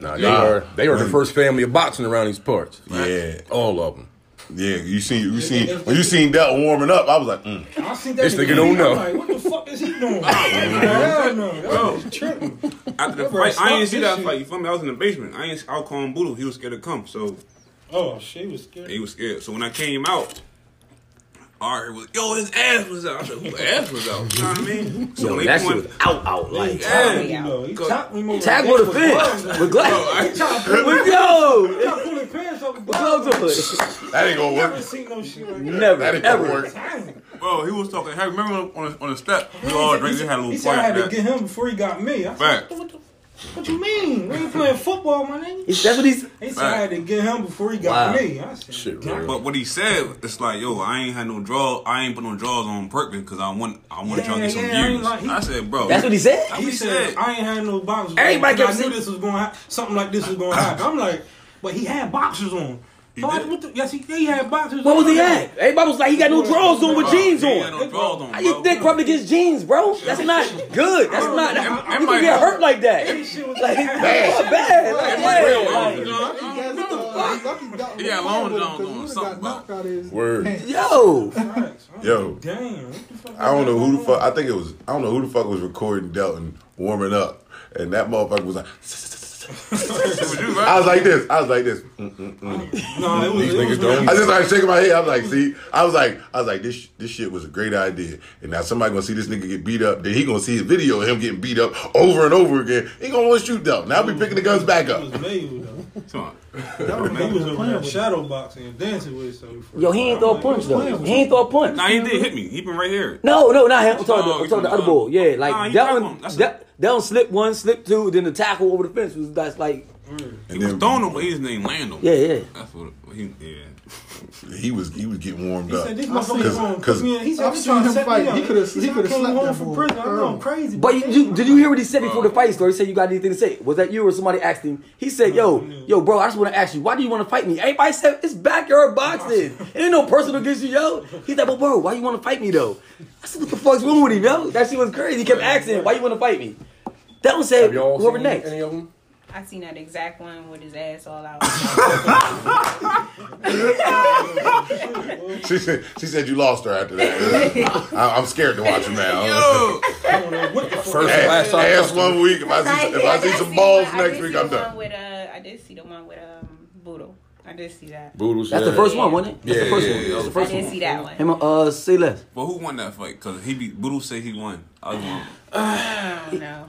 Speaker 4: Nah, they are they are the first family of boxing around these parts.
Speaker 2: Mm. Yeah.
Speaker 4: all of them.
Speaker 2: Yeah, you seen you seen when you seen that warming up, I was like, mm.
Speaker 8: I seen that
Speaker 4: This nigga
Speaker 8: in the
Speaker 4: don't
Speaker 8: video,
Speaker 4: know.
Speaker 8: I'm Like, what the fuck is he doing? Hell no,
Speaker 5: Bro.
Speaker 8: that was tripping. Oh,
Speaker 5: After the
Speaker 8: Bro,
Speaker 5: fight, I didn't
Speaker 8: stop
Speaker 5: see
Speaker 8: this
Speaker 5: that
Speaker 8: shit.
Speaker 5: fight. You feel me? I was in the basement. I ain't. I was calling Boodle. He was scared to come, so
Speaker 8: Oh, she was scared.
Speaker 5: he was scared. So when I came out, all right, was yo, his ass was out. I said, whose ass was out? You know what I mean? So
Speaker 3: Yo,
Speaker 5: when
Speaker 3: that
Speaker 5: they
Speaker 3: shit
Speaker 5: point-
Speaker 3: was out, out like.
Speaker 5: yeah,
Speaker 8: You know, he
Speaker 5: Go-
Speaker 8: chopped him over.
Speaker 3: Tag
Speaker 8: the
Speaker 3: with a
Speaker 8: head gloves
Speaker 3: fence.
Speaker 8: on.
Speaker 3: With gloves.
Speaker 5: I-
Speaker 3: With yo.
Speaker 8: Chopped him with pants off the
Speaker 3: Gloves
Speaker 8: bottom.
Speaker 3: on.
Speaker 2: that ain't gonna
Speaker 8: Never
Speaker 2: work.
Speaker 8: seen no shit like that.
Speaker 3: Never,
Speaker 2: That ain't gonna
Speaker 3: ever.
Speaker 2: work.
Speaker 8: Damn.
Speaker 5: Bro, he was talking. Hey, remember on the, on the step? We all
Speaker 8: He
Speaker 5: drinking.
Speaker 8: said-
Speaker 5: Had a
Speaker 8: he
Speaker 5: little
Speaker 8: said I had to
Speaker 5: fight.
Speaker 8: get him before he got me. I said,
Speaker 5: Fact.
Speaker 8: what, the, what you mean? We ain't playing football, my nigga.
Speaker 3: That's what he's.
Speaker 8: He said I had to get him before he got
Speaker 3: Wow.
Speaker 8: me. I said,
Speaker 4: Shit,
Speaker 8: "Damn."
Speaker 4: real.
Speaker 5: But what he said, it's like, yo, I ain't had no draw. I ain't put no draws on purpose because I want, I want y'all
Speaker 8: Yeah,
Speaker 5: to get some
Speaker 8: yeah, I ain't
Speaker 5: views.
Speaker 8: like- he-
Speaker 5: I said, bro,
Speaker 3: That's what he said.
Speaker 5: That's
Speaker 8: He,
Speaker 5: what
Speaker 8: said, I ain't had no boxers.
Speaker 3: Everybody
Speaker 8: on. 'cause
Speaker 3: kept
Speaker 8: I knew
Speaker 3: saying- Ah.
Speaker 8: this was going to happen. Something like this was going to happen. I'm like, but he had boxers on. So I-
Speaker 5: did.
Speaker 8: what the- yes, he, he had boxers
Speaker 3: What
Speaker 8: on.
Speaker 3: was he at? Everybody was like, he got no drawers on with
Speaker 5: Bro,
Speaker 3: jeans
Speaker 5: he ain't had
Speaker 3: on.
Speaker 5: No draws on.
Speaker 3: How
Speaker 5: bro.
Speaker 3: you think rubbing against jeans, bro? That's not good. That's not. You can get hurt like that.
Speaker 8: That shit was
Speaker 3: Like,
Speaker 8: bad.
Speaker 3: bad. Like,
Speaker 5: Real
Speaker 3: yeah.
Speaker 5: long
Speaker 6: He
Speaker 5: John.
Speaker 6: got uh, lucky got
Speaker 5: Yeah, Long
Speaker 6: one with him,
Speaker 5: John
Speaker 6: 'cause he
Speaker 5: doing
Speaker 6: would've
Speaker 5: something
Speaker 6: got knocked out of his
Speaker 4: Word.
Speaker 3: Yo.
Speaker 2: Yo,
Speaker 8: Damn. What the fuck
Speaker 2: I don't know who the
Speaker 8: is
Speaker 2: fuck. I think it was. I don't know who the fuck was recording Delton warming up, and that motherfucker was like.
Speaker 5: What you,
Speaker 2: I
Speaker 5: right?
Speaker 2: was like this. I was like this.
Speaker 8: going on? No, it was,
Speaker 4: These
Speaker 8: it
Speaker 4: niggas
Speaker 8: was
Speaker 4: don't-
Speaker 2: I just started shaking my head. I was like, see, I was like, I was like, this this shit was a great idea. And now somebody gonna see this nigga get beat up. Then he gonna see his video of him getting beat up over and over again. He gonna want to shoot though. Now I be picking the guns back
Speaker 8: It
Speaker 2: up.
Speaker 8: was Mayweather, though.
Speaker 5: Come on.
Speaker 8: He was over there shadow boxing and dancing with us. So
Speaker 3: Yo, he ain't throw a punch though. He ain't throw a punch.
Speaker 5: Nah, he did hit me. He been right here.
Speaker 3: No, no, not him. I'm talking,
Speaker 5: Oh,
Speaker 3: I'm
Speaker 5: you
Speaker 3: talking the
Speaker 5: talking
Speaker 3: other
Speaker 5: about-
Speaker 3: ball. Yeah, like
Speaker 5: Nah, he
Speaker 3: that
Speaker 5: grabbed
Speaker 3: one.
Speaker 5: him. That's a-
Speaker 3: That, that one slip one, slip two, then the tackle over the fence was that's like
Speaker 2: And
Speaker 5: He was
Speaker 2: then
Speaker 5: throwing him, but his name Landon.
Speaker 3: yeah, yeah.
Speaker 5: That's what he. Yeah.
Speaker 2: he was he was getting warmed
Speaker 8: He
Speaker 2: up.
Speaker 8: said, this
Speaker 6: I've seen-
Speaker 8: motherfucker going to put
Speaker 2: cause-
Speaker 8: me in. He said,
Speaker 6: I've
Speaker 8: this
Speaker 6: seen
Speaker 8: trying to
Speaker 6: him
Speaker 8: set
Speaker 6: fight.
Speaker 8: me up.
Speaker 6: He could've- he
Speaker 8: said, I
Speaker 6: could've
Speaker 8: came
Speaker 6: slapped
Speaker 8: home
Speaker 6: that
Speaker 8: from
Speaker 6: boy.
Speaker 8: prison. I know I'm
Speaker 6: Earl.
Speaker 8: crazy.
Speaker 3: But you, you, did you hear what he said
Speaker 5: Oh.
Speaker 3: before the fight story? He said you got anything to say? Was that you or somebody asked him? He said, "Yo, yo, bro, I just want to ask you, why do you want to fight me?" Everybody said it's backyard boxing. It ain't no personal against you, yo. He's like, "But bro, why you want to fight me though?" I said, "What the fuck's wrong with him, yo?" That shit was crazy. He kept asking, him, "Why you want to fight me?" That one said,
Speaker 4: Have y'all
Speaker 3: "Whoever
Speaker 4: seen
Speaker 3: next."
Speaker 4: any of them?
Speaker 7: I seen that exact one with his ass all out.
Speaker 2: She said she said you lost her after that. I, I'm scared to watch him now.
Speaker 8: I don't know what the fuck.
Speaker 4: First and
Speaker 2: Ass,
Speaker 4: last time.
Speaker 2: ass one week. If I see if I see some balls next week, I'm done.
Speaker 7: With, uh, I did see the one with um, Boodle. I did see that.
Speaker 4: Boodles,
Speaker 3: That's
Speaker 4: yeah.
Speaker 3: the first one, wasn't it? That's the
Speaker 4: Yeah,
Speaker 3: first
Speaker 4: yeah,
Speaker 3: one.
Speaker 4: yeah.
Speaker 3: That's the
Speaker 7: I
Speaker 3: first
Speaker 7: did
Speaker 3: one.
Speaker 7: see that one.
Speaker 3: Him, and, uh, say less.
Speaker 5: But who won that fight? Cause he be Boodle say he won. I was wrong.
Speaker 7: I don't know.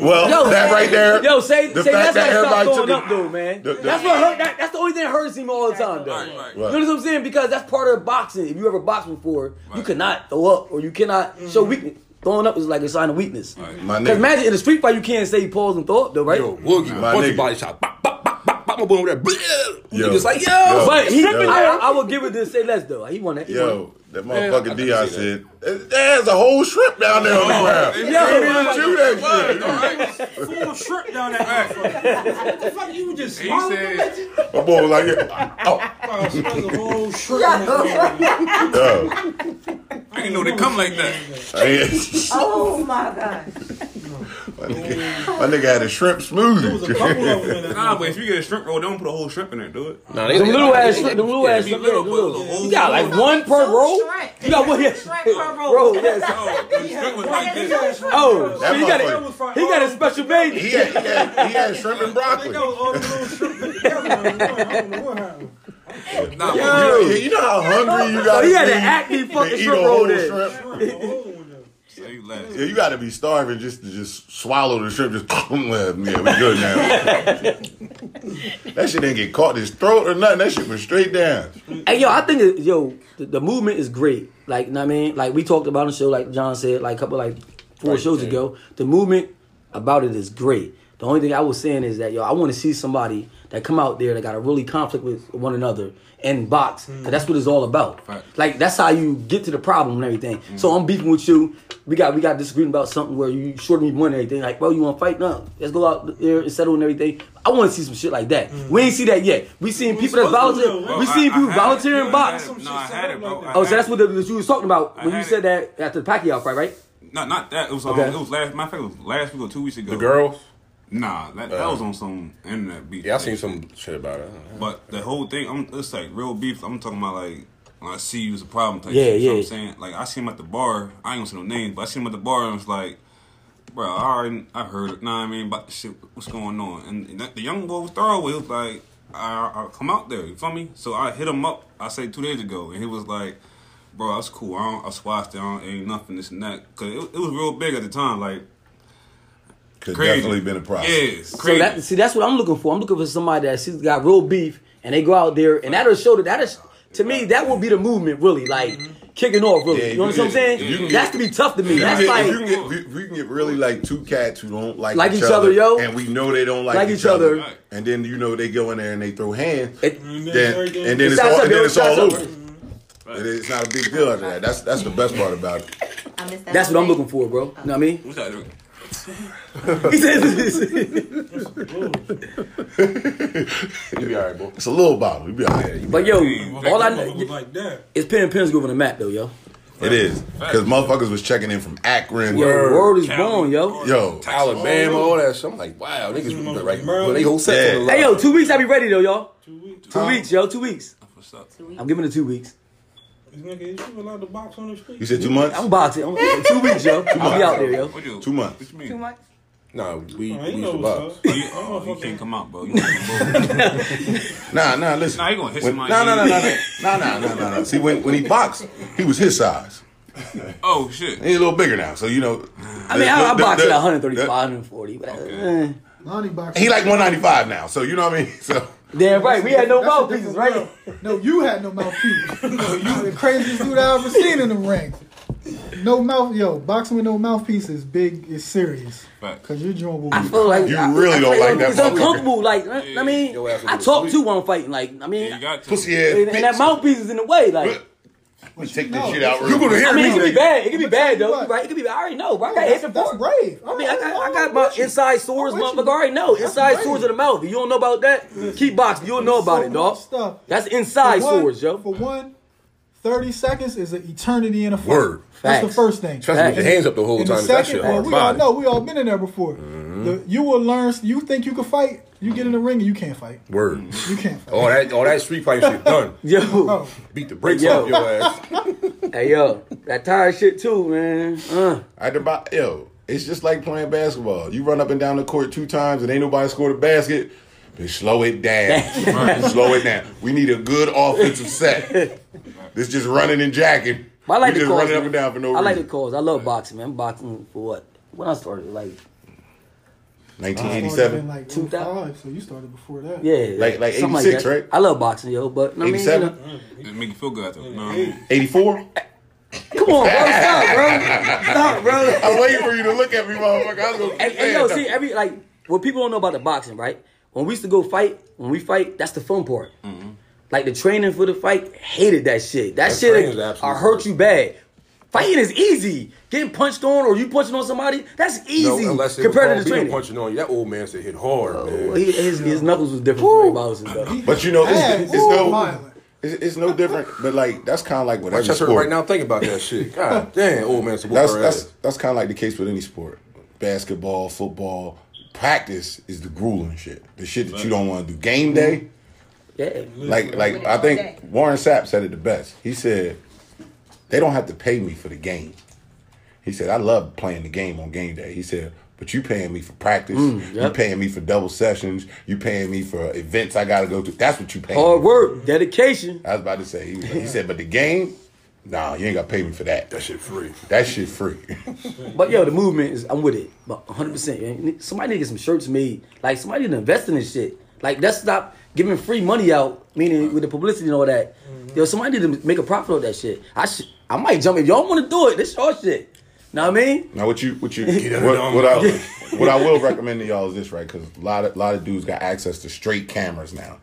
Speaker 2: Well,
Speaker 3: Yo,
Speaker 2: that right there.
Speaker 3: Yo, say,
Speaker 2: the
Speaker 3: say
Speaker 2: fact
Speaker 3: that's
Speaker 2: that
Speaker 3: that stop
Speaker 2: everybody
Speaker 3: throwing
Speaker 2: took
Speaker 3: up,
Speaker 2: it-
Speaker 3: though, man.
Speaker 2: the- the-
Speaker 3: that's what hurt. That, that's the only thing that hurts him all the time, though.
Speaker 5: Right, right.
Speaker 2: Right.
Speaker 3: You know what I'm saying? Because that's part of boxing. If you ever boxed before, you cannot throw up or you cannot
Speaker 2: Mm-hmm.
Speaker 3: show weakness. Throwing up is like a sign of weakness.
Speaker 2: My
Speaker 3: Cause
Speaker 2: nigga.
Speaker 3: imagine in a street fight, you can't say pause and throw up, though, right?
Speaker 4: Yo, Woogie,
Speaker 2: My
Speaker 4: bunch
Speaker 2: nigga.
Speaker 4: of body shot. Bop, bop, bop, bop, bop. My boy over there. Bleh.
Speaker 2: Yo.
Speaker 4: Niggas like, yo.
Speaker 2: Yo.
Speaker 3: But he,
Speaker 2: Yo.
Speaker 3: I, I will give it to say less, though. He won that. He won
Speaker 2: Yo, that motherfucking
Speaker 4: Yeah,
Speaker 2: Dion
Speaker 4: I can see
Speaker 2: said, "There's a whole shrimp down there on the ground. They didn't chew that shit."
Speaker 8: Full shrimp down that motherfucker. What the fuck? You just
Speaker 5: He
Speaker 8: swallowed
Speaker 5: said-
Speaker 8: the legend?
Speaker 2: My boy was like, yeah. "Oh,
Speaker 8: I swallowed the whole shrimp. in that motherfucker.
Speaker 2: yo,
Speaker 5: I didn't know they come like that.
Speaker 2: I ain't-
Speaker 9: Oh my gosh.
Speaker 2: my, nigga, my nigga had a shrimp
Speaker 8: There was a couple
Speaker 2: smoothie."
Speaker 8: of them in that
Speaker 5: Nah, but if you get a shrimp roll, don't put a whole shrimp in there. Do it.
Speaker 4: Nah, they,
Speaker 3: Them
Speaker 4: they-
Speaker 3: little
Speaker 4: they-
Speaker 3: ass,
Speaker 4: they-
Speaker 3: shit, them little
Speaker 4: yeah,
Speaker 3: ass,
Speaker 4: be
Speaker 3: shit,
Speaker 4: little,
Speaker 3: them
Speaker 4: but
Speaker 3: little-
Speaker 4: little.
Speaker 3: You got like one per
Speaker 9: So short.
Speaker 3: roll. You got one, yeah.
Speaker 9: Short per roll.
Speaker 3: roll. Yes.
Speaker 5: No, the shrimp was like this.
Speaker 8: motherfucker.
Speaker 3: Oh,
Speaker 8: That
Speaker 3: so he got
Speaker 2: motherfucker.
Speaker 3: a, he got a special baby.
Speaker 2: He had, he had, he had shrimp and broccoli.
Speaker 8: was all the little shrimp together. I don't know what happened.
Speaker 5: Nah,
Speaker 2: You
Speaker 5: but
Speaker 2: know, you know how hungry you
Speaker 3: So
Speaker 2: gotta
Speaker 3: he had
Speaker 2: be
Speaker 3: an acne
Speaker 2: to
Speaker 3: fucking
Speaker 2: eat a
Speaker 3: shrimp roll
Speaker 2: whole
Speaker 3: there.
Speaker 2: shrimp.
Speaker 5: you- you laugh.
Speaker 2: Yeah, you gotta be starving just to just swallow the shrimp. Just yeah, we good now. that shit didn't get caught in his throat or nothing. That shit was straight down.
Speaker 3: Hey, yo, I think it, yo, the, the movement is great. Like, you know what I mean, like we talked about on the show, like John said, like a couple, like four shows ago. The movement about it is great. The only thing I was saying is that yo, I want to see somebody that come out there that got a really conflict with one another and box, 'cause that's what it's all about.
Speaker 5: Right.
Speaker 3: Like that's how you get to the problem and everything. So I'm beefing with you. We got we got disagreeing about something where you short me money and everything. Like, bro, you want to fight? No, let's go out there and settle and everything. I want to see some shit like that. We ain't see that yet. We seen people that's
Speaker 8: supposed to,
Speaker 3: volunteer.
Speaker 8: though.
Speaker 3: We
Speaker 5: Bro,
Speaker 3: seen
Speaker 5: I-
Speaker 3: people
Speaker 5: I had it.
Speaker 3: volunteering
Speaker 5: Yeah,
Speaker 3: box.
Speaker 5: I had it. No, I had it, bro.
Speaker 3: Oh,
Speaker 5: I
Speaker 3: so
Speaker 5: had
Speaker 3: that's
Speaker 5: it.
Speaker 3: what, the, what you was talking about
Speaker 5: I
Speaker 3: when you
Speaker 5: had
Speaker 3: said
Speaker 5: it.
Speaker 3: that after the Pacquiao fight, right?
Speaker 5: No, not that. It was
Speaker 3: Okay.
Speaker 5: um, it was last. My fact it was last week or two weeks ago.
Speaker 4: The girls?
Speaker 5: Nah, that, that was on some internet beef.
Speaker 4: Yeah, I seen some shit about it.
Speaker 5: But the whole thing, I'm, it's like real beef. I'm talking about like when I see you as a problem type.
Speaker 3: Yeah,
Speaker 5: shit, You know
Speaker 3: yeah.
Speaker 5: what I'm saying like I see him at the bar. I ain't gonna say no names, but I see him at the bar and it's like, bro, I already I heard it. Nah, I mean about the shit. What's going on? And, and that, the young boy was throwaway. He was like, I, I come out there. You feel me? So I hit him up. I say two days ago, and he was like. Bro, that's cool. I, don't, I squashed it. I don't, ain't nothing. This and that. Cause it, it was real big at the time. Like
Speaker 2: Could
Speaker 5: crazy.
Speaker 2: definitely been a problem.
Speaker 5: Yeah, it's
Speaker 3: So
Speaker 5: crazy.
Speaker 3: that see, that's what I'm looking for. I'm looking for somebody that she's got real beef, and they go out there, and that'll show that. That is to me, that would be the movement, really, like kicking off,
Speaker 2: Mm-hmm.
Speaker 3: really.
Speaker 2: Yeah,
Speaker 3: you know what
Speaker 2: you
Speaker 3: I'm
Speaker 2: can-
Speaker 3: saying?
Speaker 2: you can-
Speaker 3: that's to be tough to me.
Speaker 2: If
Speaker 3: That's
Speaker 2: you get-
Speaker 3: like
Speaker 2: if you can get, if we can get really like two cats who don't like,
Speaker 3: Like each other, yo.
Speaker 2: and we know they don't like,
Speaker 3: Like
Speaker 2: each,
Speaker 3: each other.
Speaker 2: other. and then you know they go in there and they throw hands,
Speaker 3: It-
Speaker 2: then, and then
Speaker 3: It
Speaker 2: it's
Speaker 3: sounds
Speaker 2: all,
Speaker 3: like
Speaker 2: and then
Speaker 3: it
Speaker 2: it's all
Speaker 3: sounds
Speaker 2: over.
Speaker 3: like-
Speaker 2: It is- It's not a big deal after that. That's that's the best part about it.
Speaker 10: I missed that.
Speaker 3: that's what I'm
Speaker 10: whole
Speaker 3: looking for, bro. You know what I mean?
Speaker 5: What's that?
Speaker 3: He says-
Speaker 4: You be alright, boy.
Speaker 2: It's a little bottle. You be all right.
Speaker 3: but yo, all I
Speaker 8: Motherfuckers
Speaker 3: know
Speaker 8: like that.
Speaker 3: is Penn Penn's giving a map though, yo.
Speaker 2: It is because motherfuckers was checking in from Akron.
Speaker 3: Yo, the world is
Speaker 5: Cali.
Speaker 3: born, yo.
Speaker 2: Yo,
Speaker 4: Alabama, all that shit. I'm like, wow, niggas was like, well, they whole
Speaker 2: Yeah.
Speaker 4: set on the
Speaker 3: Hey
Speaker 4: line.
Speaker 3: yo, two weeks I be ready though, y'all. Two weeks, yo, two weeks.
Speaker 5: What's up?
Speaker 10: two weeks.
Speaker 3: I'm giving it two weeks.
Speaker 8: This nigga, is you allowed to box on the street?
Speaker 2: you said two months.
Speaker 3: I'm boxing. I'm, two weeks, yo. I'll be out there, yo.
Speaker 5: What you?
Speaker 2: Two months.
Speaker 5: What you mean?
Speaker 10: Too much.
Speaker 4: Nah, we,
Speaker 8: I
Speaker 4: we
Speaker 8: ain't
Speaker 4: used
Speaker 8: know
Speaker 4: to
Speaker 8: what's
Speaker 4: box.
Speaker 8: up.
Speaker 5: Oh, you, oh, you can't come out, bro. You can't come out.
Speaker 2: Nah, nah. Listen,
Speaker 5: Nah, you gonna hit
Speaker 2: When-
Speaker 5: somebody.
Speaker 2: Nah, nah, nah, nah, nah, nah, nah, nah, nah. See, when when he boxed, he was his size.
Speaker 5: Oh shit.
Speaker 2: He's a little bigger now, so you know.
Speaker 3: I mean, I, I box at 135, 140. But, eh.
Speaker 6: Lonnie boxing.
Speaker 2: He like 195 now, so you know what I mean. So
Speaker 3: Damn right, we had no
Speaker 6: That's a
Speaker 3: mouthpieces,
Speaker 6: different
Speaker 3: right?
Speaker 6: world. No, you had no mouthpiece. you the craziest dude I ever seen in the ring. No mouth, yo. Boxing with no mouthpiece is big. Is serious.
Speaker 5: Fact.
Speaker 6: Cause your joint will.
Speaker 3: I feel like
Speaker 2: You
Speaker 3: I-
Speaker 2: really
Speaker 3: I
Speaker 2: don't
Speaker 3: feel
Speaker 2: like that
Speaker 3: It's
Speaker 2: motherfucker.
Speaker 3: uncomfortable. Like, I- I mean,
Speaker 4: Your ass will
Speaker 3: I
Speaker 4: be
Speaker 3: talk
Speaker 4: asleep.
Speaker 3: too while I'm fighting. Like, I mean,
Speaker 5: Yeah, you got to.
Speaker 2: pussy ass.
Speaker 3: and, and that
Speaker 2: bitch.
Speaker 3: mouthpiece is in the way. Like,
Speaker 2: Let me take
Speaker 6: No,
Speaker 2: this shit out.
Speaker 6: this-
Speaker 2: real quick.
Speaker 3: I mean, it could be
Speaker 2: nigga.
Speaker 3: bad. It could be bad though.
Speaker 6: What?
Speaker 3: Right? It could be. I already know. Bro. I got hit
Speaker 6: that's,
Speaker 3: the
Speaker 6: that's Oh,
Speaker 3: four.
Speaker 6: brave.
Speaker 3: I mean, I got, I got
Speaker 6: I'm
Speaker 3: my
Speaker 6: with you.
Speaker 3: inside sores,
Speaker 6: I'm with
Speaker 3: motherfucker.
Speaker 6: you.
Speaker 3: I already know.
Speaker 6: That's
Speaker 3: Inside
Speaker 6: brave.
Speaker 3: sores of the mouth. You don't know about that? Keep boxing. You'll know about
Speaker 6: So
Speaker 3: it,
Speaker 6: much
Speaker 3: dog.
Speaker 6: stuff.
Speaker 3: That's inside
Speaker 6: For one-
Speaker 3: sores, yo.
Speaker 6: For one, 30 seconds is an eternity in a fight.
Speaker 4: Word.
Speaker 6: That's the
Speaker 3: Facts.
Speaker 6: first thing.
Speaker 4: Trust me, with your hands up the whole
Speaker 6: And
Speaker 4: time.
Speaker 6: the
Speaker 4: That
Speaker 6: second,
Speaker 4: shit
Speaker 6: well,
Speaker 4: hard
Speaker 6: we all
Speaker 4: body. Mm-hmm.
Speaker 6: know we all been in there before. The- you will learn. You think you can fight? You get in the ring and you can't fight.
Speaker 4: Word.
Speaker 6: You can't fight.
Speaker 4: All that, all that street fighting shit done.
Speaker 3: Yo,
Speaker 6: Oh,
Speaker 4: Beat the brakes
Speaker 3: Yo.
Speaker 4: off your ass.
Speaker 3: hey yo, that tired shit too, man. Uh,
Speaker 2: I had to buy. Yo, it's just like playing basketball. You run up and down the court two times and ain't nobody scored a basket. Bitch, slow it down. slow it down. We need a good offensive set. This just running and jacking.
Speaker 3: but I like
Speaker 2: we
Speaker 3: the
Speaker 2: just
Speaker 3: cause.
Speaker 2: running up
Speaker 3: man.
Speaker 2: and down for no
Speaker 3: I like the
Speaker 2: reason.
Speaker 3: cause. I love boxing, man. I'm boxing for what? When I started, like
Speaker 2: 1987.
Speaker 6: Like
Speaker 3: 2000.
Speaker 6: 2005, so you started before that.
Speaker 3: Yeah,
Speaker 2: Like- like
Speaker 3: something
Speaker 2: 86,
Speaker 3: that.
Speaker 2: right?
Speaker 3: I love boxing, yo, but I mean, you
Speaker 2: 87?
Speaker 3: know-
Speaker 5: It make you feel good after. No, I mean,
Speaker 2: 84?
Speaker 3: come on, bro, stop, bro, stop, bro.
Speaker 2: I'm waiting for you to look at me, motherfucker. I was going to
Speaker 3: And, and yo, see, every like what people don't know about the boxing, right? When we used to go fight, when we fight, that's the fun part.
Speaker 2: Mm-hmm.
Speaker 3: Like the training for the fight, hated that shit. That,
Speaker 4: training
Speaker 3: shit,
Speaker 4: is
Speaker 3: I
Speaker 4: absolutely-
Speaker 3: hurt you bad. Fighting is easy. Getting punched on or you punching on somebody, that's easy
Speaker 4: unless it was
Speaker 3: compared
Speaker 4: Paul
Speaker 3: to the
Speaker 4: Beaton
Speaker 3: training.
Speaker 4: punching on you. That old man said hit hard, man.
Speaker 3: He- his, his knuckles was different. From everybody else's, though.
Speaker 2: But you know, it's,
Speaker 6: Hey,
Speaker 2: it's
Speaker 6: ooh,
Speaker 2: no,
Speaker 6: violent.
Speaker 2: it's, it's no different. But like, that's kind of like with
Speaker 4: I
Speaker 2: every
Speaker 4: just heard
Speaker 2: sport.
Speaker 4: right now thinking about that shit. God damn, old man said whoop
Speaker 2: That's
Speaker 4: her
Speaker 2: that's
Speaker 4: ass.
Speaker 2: that's kind of like the case with any sport. Basketball, football, practice is the grueling shit. The shit that you don't want to do. Game day,
Speaker 3: Yeah.
Speaker 2: like like I think Warren Sapp said it the best. He said, "They don't have to pay me for the game." He said, "I love playing the game on game day." He said. But you paying me for practice. You
Speaker 3: Mm, yep.
Speaker 2: paying me for double sessions. You paying me for events I gotta go to. That's what you paying.
Speaker 3: Hard
Speaker 2: me for.
Speaker 3: work, dedication.
Speaker 2: I was about to say. He, was like- he said, but the game, nah, you ain't gotta pay me for that.
Speaker 4: That shit free.
Speaker 2: That shit free.
Speaker 3: But yo, the movement is I'm with it. But 100 percent somebody need to get some shirts made. Like somebody need to invest in this shit. Like let's stop giving free money out, meaning with the publicity and all that. Yo, somebody need to make a profit off that shit. I should I might jump if y'all wanna do it, this your shit. Know what I mean?
Speaker 2: Now what you what you
Speaker 4: out of
Speaker 2: what,
Speaker 4: the
Speaker 2: what
Speaker 4: dome.
Speaker 2: I what I will recommend to y'all is this right because a lot of lot of dudes got access to straight cameras now.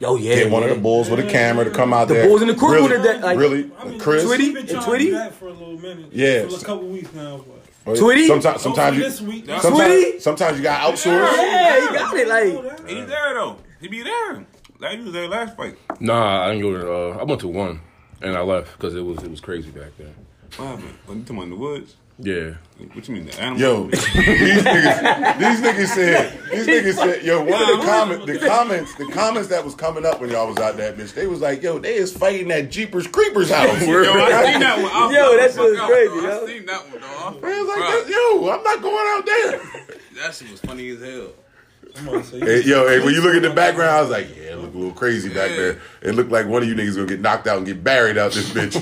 Speaker 3: Yo, yeah.
Speaker 2: Get one of
Speaker 3: yeah.
Speaker 2: the bulls with a camera to come out
Speaker 3: The
Speaker 2: there.
Speaker 3: bulls in the courtroom
Speaker 2: Really,
Speaker 3: today, like-
Speaker 2: really,
Speaker 8: I mean,
Speaker 2: Chris.
Speaker 3: Twitty?
Speaker 8: I've been trying to
Speaker 3: Twitty?
Speaker 8: do that for a little minute.
Speaker 2: Yeah.
Speaker 8: For a couple weeks now. But
Speaker 3: Tweety?
Speaker 2: Sometimes Oh, sometimes
Speaker 8: Hopefully
Speaker 2: you
Speaker 8: this week.
Speaker 5: That's-
Speaker 3: Tweety?
Speaker 2: sometimes, sometimes you got outsource.
Speaker 3: Yeah, he got it.
Speaker 8: Oh,
Speaker 3: Like
Speaker 8: that-
Speaker 5: he's there though. He be there. Like he was there last fight.
Speaker 4: Nah, I didn't go to. Uh, I went to one, and I left because it was it was crazy back then.
Speaker 5: What happened? What, you talking about in the woods?
Speaker 4: Yeah.
Speaker 5: What you mean, the animal?
Speaker 2: Yo, these niggas, these niggas said, these niggas said, yo, one of the comments, the comments, the comments that was coming up when y'all was out that bitch, they was like, yo, they is fighting at Jeepers Creepers house.
Speaker 5: Yo, I seen that one. I
Speaker 3: Yo, that
Speaker 5: was
Speaker 3: shit was
Speaker 5: fuck out,
Speaker 3: crazy,
Speaker 5: bro.
Speaker 3: yo.
Speaker 5: I seen that one, dog.
Speaker 2: They was like, yo, I'm not going out there.
Speaker 5: That shit was funny as hell.
Speaker 2: Hey, yo, hey, when you look at the background, I was like, yeah, it look a little crazy back there. It looked like one of you niggas gonna get knocked out and get buried out this bitch.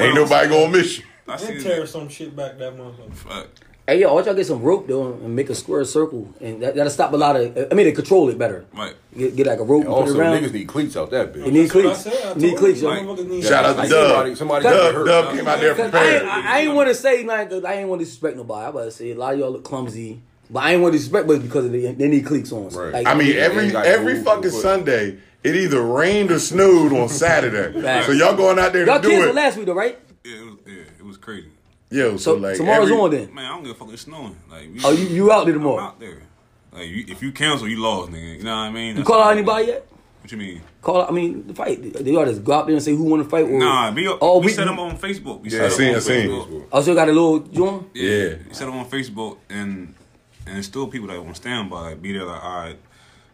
Speaker 2: Ain't nobody gonna miss you.
Speaker 5: I
Speaker 8: They
Speaker 5: seen
Speaker 8: tear
Speaker 5: that.
Speaker 8: some shit back that motherfucker.
Speaker 5: Fuck.
Speaker 3: Hey, yo, all y'all get some rope though and make a square circle, and that, that'll stop a lot of. I mean, they control it better.
Speaker 5: Right.
Speaker 3: Get, get like a rope and put
Speaker 4: Also,
Speaker 3: it around.
Speaker 4: niggas need cleats out that
Speaker 3: You
Speaker 4: bitch.
Speaker 3: need
Speaker 8: What I
Speaker 3: cleats.
Speaker 8: said, I
Speaker 3: You
Speaker 8: told
Speaker 3: Need
Speaker 8: you,
Speaker 3: cleats, yo.
Speaker 8: like, motherfuckers need-
Speaker 2: Shout out to
Speaker 4: Like,
Speaker 2: Dub.
Speaker 4: somebody, somebody got
Speaker 2: Dub,
Speaker 4: hurt.
Speaker 2: Dub came out there
Speaker 3: Cause I, ain't,
Speaker 2: prepared.
Speaker 3: I, I ain't want to say like 'cause I ain't want to disrespect nobody. I about to say a lot of y'all look clumsy, but I ain't want to disrespect, but because of the, they need cleats on.
Speaker 4: Right.
Speaker 3: Like,
Speaker 2: I mean, every
Speaker 4: ain't got
Speaker 2: every
Speaker 4: no
Speaker 2: fucking
Speaker 4: foot.
Speaker 2: Sunday, it either rained or snowed on Saturday.
Speaker 3: Facts.
Speaker 2: so y'all going out there to
Speaker 3: y'all
Speaker 2: do
Speaker 3: canceled
Speaker 2: it.
Speaker 3: last week though, right?
Speaker 5: Yeah, it was, yeah, it was crazy.
Speaker 2: Yo, so,
Speaker 3: So
Speaker 2: like
Speaker 3: tomorrow's
Speaker 2: every-
Speaker 3: on then.
Speaker 5: Man, I don't give a fuck. It's snowing. Like, we,
Speaker 3: Oh, you you out there
Speaker 5: I'm
Speaker 3: tomorrow?
Speaker 5: out there. Like, you, if you cancel, you lost, nigga. You know what I mean?
Speaker 3: You call out anybody yet?
Speaker 5: What you mean?
Speaker 3: Call out, I mean, the fight. They y'all just go out there and say who won the fight. Or,
Speaker 5: Nah, we,
Speaker 3: all
Speaker 5: we
Speaker 3: week-
Speaker 5: set them on Facebook. We
Speaker 2: Yeah,
Speaker 5: set
Speaker 2: I
Speaker 5: them
Speaker 2: seen-
Speaker 5: on
Speaker 2: I seen.
Speaker 5: Facebook.
Speaker 3: Also got a little joint.
Speaker 5: Yeah.
Speaker 2: Yeah.
Speaker 5: He said it on Facebook, and and it's still people that won't stand by, like, be there, like, all right,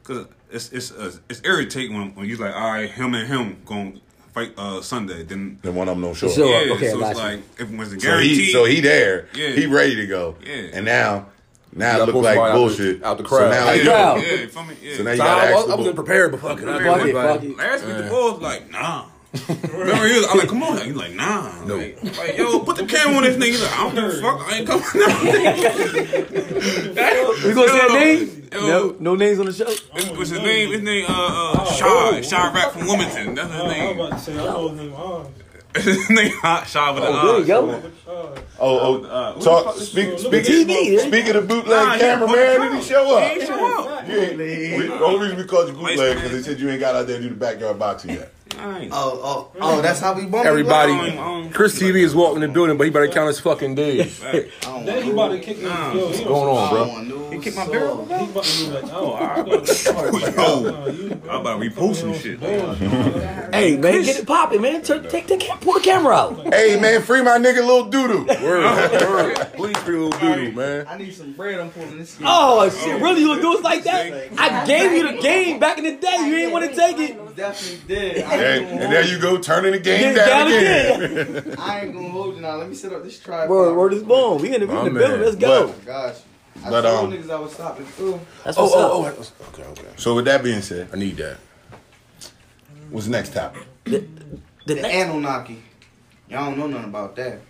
Speaker 5: because it's it's uh, it's irritating when, when you like, all right, him and him going to fight uh Sunday, then
Speaker 2: Then one of them don't show
Speaker 3: So,
Speaker 2: up.
Speaker 5: yeah,
Speaker 3: okay, I
Speaker 5: so
Speaker 3: got
Speaker 5: it's
Speaker 3: you.
Speaker 5: like if it was a
Speaker 2: So
Speaker 5: guarantee,
Speaker 2: he, so he there.
Speaker 5: Yeah.
Speaker 2: He ready to go.
Speaker 5: Yeah.
Speaker 2: And now, now
Speaker 4: Y'all
Speaker 2: it look
Speaker 4: pull
Speaker 2: like
Speaker 4: somebody out the-
Speaker 2: bullshit
Speaker 4: out the
Speaker 2: So
Speaker 4: crowd.
Speaker 2: now,
Speaker 4: Out
Speaker 3: the
Speaker 2: yo,
Speaker 3: crowd.
Speaker 5: yeah, you feel me? Yeah.
Speaker 2: so now you
Speaker 4: So
Speaker 2: gotta
Speaker 4: I,
Speaker 2: ask
Speaker 4: was, I
Speaker 2: the
Speaker 4: wasn't
Speaker 2: bull-
Speaker 4: prepared, but fuck it. I
Speaker 5: Fuck
Speaker 4: told
Speaker 3: it,
Speaker 4: everybody.
Speaker 3: fuck it.
Speaker 5: Last week the boy was like, nah. Remember he was I'm like, come on, he's like, nah. Like, like, yo, put the camera on this nigga. He's like, I don't give a fuck. I ain't coming out.
Speaker 3: We gonna say a
Speaker 5: Yo,
Speaker 3: name?
Speaker 5: yo.
Speaker 3: No, no names on the show.
Speaker 5: What's his name? His name, uh, uh,
Speaker 3: Oh.
Speaker 5: Shy. Shy Rap from Wilmington. That's his
Speaker 8: I Oh, I was
Speaker 5: name.
Speaker 8: about to say, I know his name. Oh,
Speaker 5: His name, Hot Shy with an
Speaker 3: There you
Speaker 5: eye.
Speaker 3: go.
Speaker 8: oh.
Speaker 2: Oh,
Speaker 5: Uh,
Speaker 2: oh, talk. Speak,
Speaker 8: Look at
Speaker 2: speak,
Speaker 8: this
Speaker 2: speak,
Speaker 3: TV, eh?
Speaker 2: speaking of bootleg
Speaker 5: Nah, he
Speaker 2: cameraman,
Speaker 5: put-
Speaker 2: did he show up?
Speaker 5: He ain't show up.
Speaker 2: You ain't- we- The only reason we called you bootleg because they said you ain't got out there to do the backyard boxing yet.
Speaker 10: Oh, oh, oh, that's how we bump.
Speaker 5: Um,
Speaker 4: Everybody,
Speaker 5: um,
Speaker 4: Chris TV is walking the building, but he better count his fucking days.
Speaker 8: Then he about to kick his.
Speaker 5: Nah,
Speaker 8: Yo, he don't-
Speaker 4: Going on, bro.
Speaker 10: bro.
Speaker 5: kicked my barrel.
Speaker 8: He about to do like, oh,
Speaker 5: alright.
Speaker 2: Oh,
Speaker 8: Yo,
Speaker 5: I'm about to repost some shit.
Speaker 3: Hey man, get it popping, man. Turn, take the cam- pull the camera out.
Speaker 2: Hey man, free my nigga little doodoo.
Speaker 4: Word, word. Please free little doodle, man.
Speaker 10: I need some bread. I'm pulling this shit.
Speaker 3: Oh shit, really? You gonna do us like that? I gave you the game back in the day. You didn't want to take it.
Speaker 10: Definitely did. I
Speaker 2: Hey,
Speaker 10: ain't
Speaker 2: and
Speaker 10: gonna
Speaker 2: there you go, turning the game
Speaker 3: Get
Speaker 2: down,
Speaker 3: down
Speaker 2: again.
Speaker 3: again.
Speaker 10: hold- I ain't gonna hold you now. Let me set up this tripod.
Speaker 3: Word, word is born. We in the, we
Speaker 4: My
Speaker 3: in the building.
Speaker 4: man.
Speaker 3: Let's go.
Speaker 10: Gosh. I
Speaker 2: But, um,
Speaker 10: told niggas I was stopping too.
Speaker 3: That's
Speaker 4: Oh,
Speaker 3: what's up.
Speaker 4: oh, oh. Okay, okay.
Speaker 2: So with that being said,
Speaker 4: I need that.
Speaker 2: what's the next topic?
Speaker 3: oh. The
Speaker 10: The
Speaker 3: next-
Speaker 10: Anunnaki. Y'all don't know nothing about that.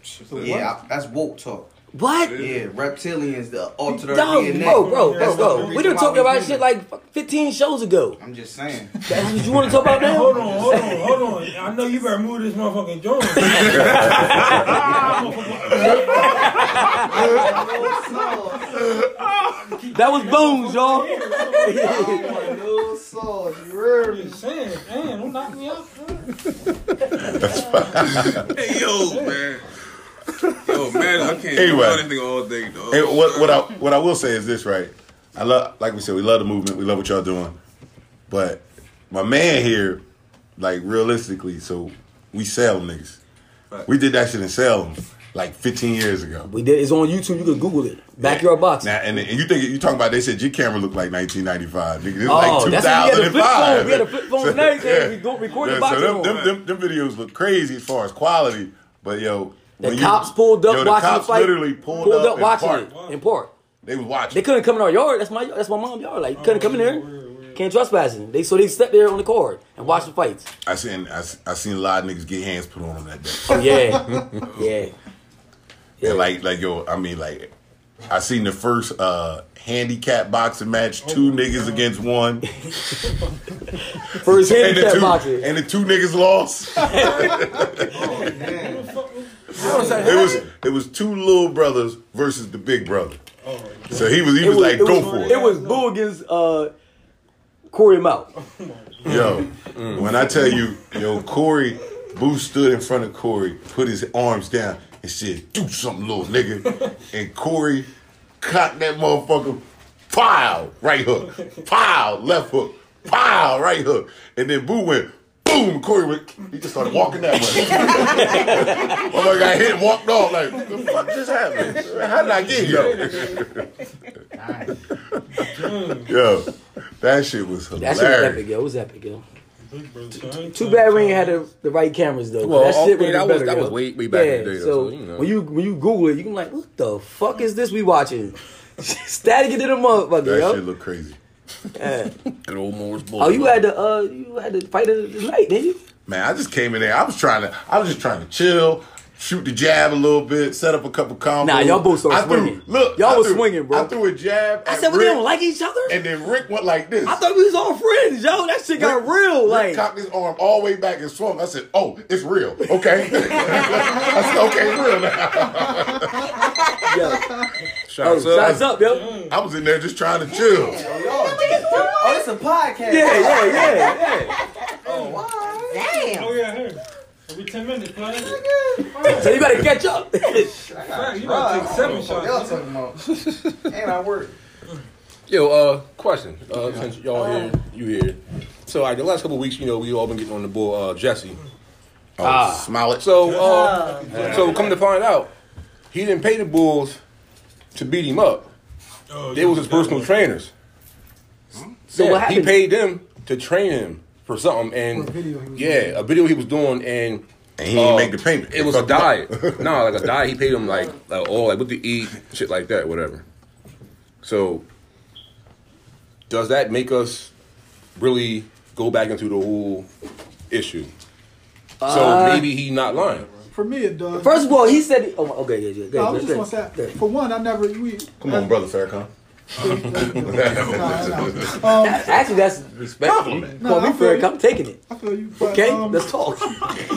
Speaker 10: Yeah, I, that's woke talk.
Speaker 3: what?
Speaker 10: Yeah, reptilians, the altered
Speaker 3: Dog,
Speaker 10: DNA.
Speaker 3: bro, bro, bro,
Speaker 10: That's the
Speaker 3: bro.
Speaker 10: reason
Speaker 3: We done
Speaker 10: why
Speaker 3: talked about
Speaker 10: human.
Speaker 3: shit like fuck, 15 shows ago.
Speaker 10: I'm just saying.
Speaker 3: That's what you want to talk about
Speaker 8: Hold
Speaker 3: now?
Speaker 8: on, hold on, hold on. I know you better move this motherfucking joint.
Speaker 10: Little
Speaker 3: That was Bones, y'all.
Speaker 6: Oh,
Speaker 10: sauce, you heard me?
Speaker 8: Just saying, man, don't knock me out. man.
Speaker 5: Hey, yo, man. Yo, man, I can't
Speaker 2: Anyway.
Speaker 5: do anything all day, dog.
Speaker 2: Hey, what what I what I will say is this, right? I love, like we said, we love the movement, we love what y'all doing, but my man here, like realistically, so we sell niggas. We did that shit in Salem like 15 years ago.
Speaker 3: We did. It's on YouTube. You can Google it. Backyard boxing.
Speaker 2: Now, and, and you think you talking about? They said your camera looked like 1995. Nigga, this is
Speaker 3: Oh,
Speaker 2: like
Speaker 3: that's when we had the
Speaker 2: 2005.
Speaker 3: flip phone. We had a flip phone and everything. We go- recorded
Speaker 2: so
Speaker 3: boxing
Speaker 2: them,
Speaker 3: on.
Speaker 2: them, them, them videos look crazy as far as quality, but yo,
Speaker 3: The
Speaker 2: when you-
Speaker 3: cops pulled up
Speaker 2: yo,
Speaker 3: watching
Speaker 2: the
Speaker 3: the,
Speaker 2: cops
Speaker 3: fight.
Speaker 2: Literally pulled, up, and
Speaker 3: watching
Speaker 2: parked.
Speaker 3: it in park.
Speaker 2: They was watching.
Speaker 3: They couldn't come in our yard. That's my that's my mom yard. Like couldn't
Speaker 2: Oh,
Speaker 3: come in there. Can't trespass in. They so they stepped there on the cord and watched the fights.
Speaker 2: I seen I, s- I seen a lot of niggas get hands put on them that day.
Speaker 3: Oh yeah, yeah.
Speaker 2: And like like yo, I mean like I seen the first uh handicap boxing match, two
Speaker 3: Oh
Speaker 2: niggas against one,
Speaker 3: First
Speaker 2: and the
Speaker 3: handicap
Speaker 2: two
Speaker 3: boxing.
Speaker 2: and the two niggas lost. it was it was two little brothers versus the big brother.
Speaker 10: Oh,
Speaker 2: So he was he was, like
Speaker 3: it
Speaker 2: go
Speaker 3: was,
Speaker 2: for it.
Speaker 3: it was Boo against uh, Corey Mount.
Speaker 2: Yo, when I tell you, yo, Corey, Boo stood in front of Corey, put his arms down, and said, Do something, little nigga. And Corey cocked that motherfucker, pow, right hook, pow, left hook, pow, right hook. And then Boo went, boom, boom, Corey went, he just started walking that way. oh my God, hit and walked off like, what the fuck just happened? How did I get here? yo, that shit was
Speaker 3: That
Speaker 2: hilarious.
Speaker 3: shit was epic, yo. It was epic, yo.
Speaker 8: Big brother, so I ain't
Speaker 3: Too
Speaker 8: trying
Speaker 3: bad
Speaker 8: to-
Speaker 3: we ain't had the, the right cameras though. 'cause
Speaker 4: Well,
Speaker 3: that shit
Speaker 4: okay,
Speaker 3: would
Speaker 4: that
Speaker 3: have
Speaker 4: was-
Speaker 3: better.
Speaker 4: that
Speaker 3: yo.
Speaker 4: was way- way back in the day,
Speaker 3: So,
Speaker 4: though, so, you know.
Speaker 3: when you when you Google it, you can like, what the fuck is this we watching? Static it to the motherfucker,
Speaker 2: That
Speaker 3: yo.
Speaker 2: shit looked crazy.
Speaker 3: Yeah.
Speaker 4: Good old Moore's bull.
Speaker 3: Oh, you had the uh, you had the fight of the night, didn't you?
Speaker 2: Man, I just came in there. I was trying to. I was just trying to chill, shoot the jab a little bit, set up a couple combos.
Speaker 3: Nah, y'all both started
Speaker 2: I threw-
Speaker 3: swinging.
Speaker 2: Look,
Speaker 3: Y'all
Speaker 2: I
Speaker 3: was
Speaker 2: threw-
Speaker 3: swinging, bro.
Speaker 2: I threw a jab.
Speaker 3: I
Speaker 2: at
Speaker 3: said, we
Speaker 2: Rick,
Speaker 3: don't like each other.
Speaker 2: And then Rick went like this.
Speaker 3: I thought we was all friends, yo. That shit got real,
Speaker 2: Rick
Speaker 3: like.
Speaker 2: cocked his arm all the way back and swung. I said, "Oh, it's real, okay." I said, "Okay, it's real now."
Speaker 3: Yo.
Speaker 4: Shout
Speaker 3: Oh,
Speaker 4: out to
Speaker 3: shots up, yo.
Speaker 2: I was in there just trying to chill.
Speaker 10: Oh, it's a podcast.
Speaker 3: Yeah, yeah, yeah, yeah.
Speaker 9: Damn.
Speaker 8: Oh yeah, here. Every ten minutes, play.
Speaker 3: So you better catch up.
Speaker 8: You gotta take seven
Speaker 10: Y'all
Speaker 8: shots.
Speaker 10: talking about? Ain't I work?
Speaker 4: Yo, uh, question. Uh, since y'all here, you here. So, like, the last couple weeks, you know, we all been getting on the bull, uh, Jesse.
Speaker 2: Oh,
Speaker 3: Ah.
Speaker 2: smile it.
Speaker 4: So, uh, so come to find out, he didn't pay the bulls to beat him up.
Speaker 8: Oh,
Speaker 4: They was his personal trainers.
Speaker 3: So
Speaker 4: Yeah,
Speaker 3: what happened?
Speaker 4: He paid them to train him for something, and
Speaker 6: For a video he was
Speaker 4: yeah, a video he was doing, and
Speaker 2: And he didn't make
Speaker 3: uh,
Speaker 2: the payment.
Speaker 4: Oh, It was a diet. no, like a diet. He paid him like like all like what to eat, shit like that, whatever. So, does that make us really go back into the whole issue? So
Speaker 3: Uh,
Speaker 4: maybe he not lying.
Speaker 6: For me, it does.
Speaker 3: First of all, he said, "Oh, okay, yeah, yeah."
Speaker 6: No,
Speaker 3: yeah,
Speaker 6: I was
Speaker 3: yeah,
Speaker 6: just gonna say,
Speaker 3: yeah.
Speaker 6: for one, I never. We,
Speaker 2: Come on, brother Farrakhan.
Speaker 6: Nah, nah. Um,
Speaker 3: Actually, that's respectful.
Speaker 2: Compliment.
Speaker 3: Call
Speaker 6: No, I
Speaker 3: me
Speaker 6: feel
Speaker 3: Ferg.
Speaker 6: you.
Speaker 3: I'm taking it.
Speaker 6: I feel you. But,
Speaker 3: Okay,
Speaker 6: um,
Speaker 3: let's talk.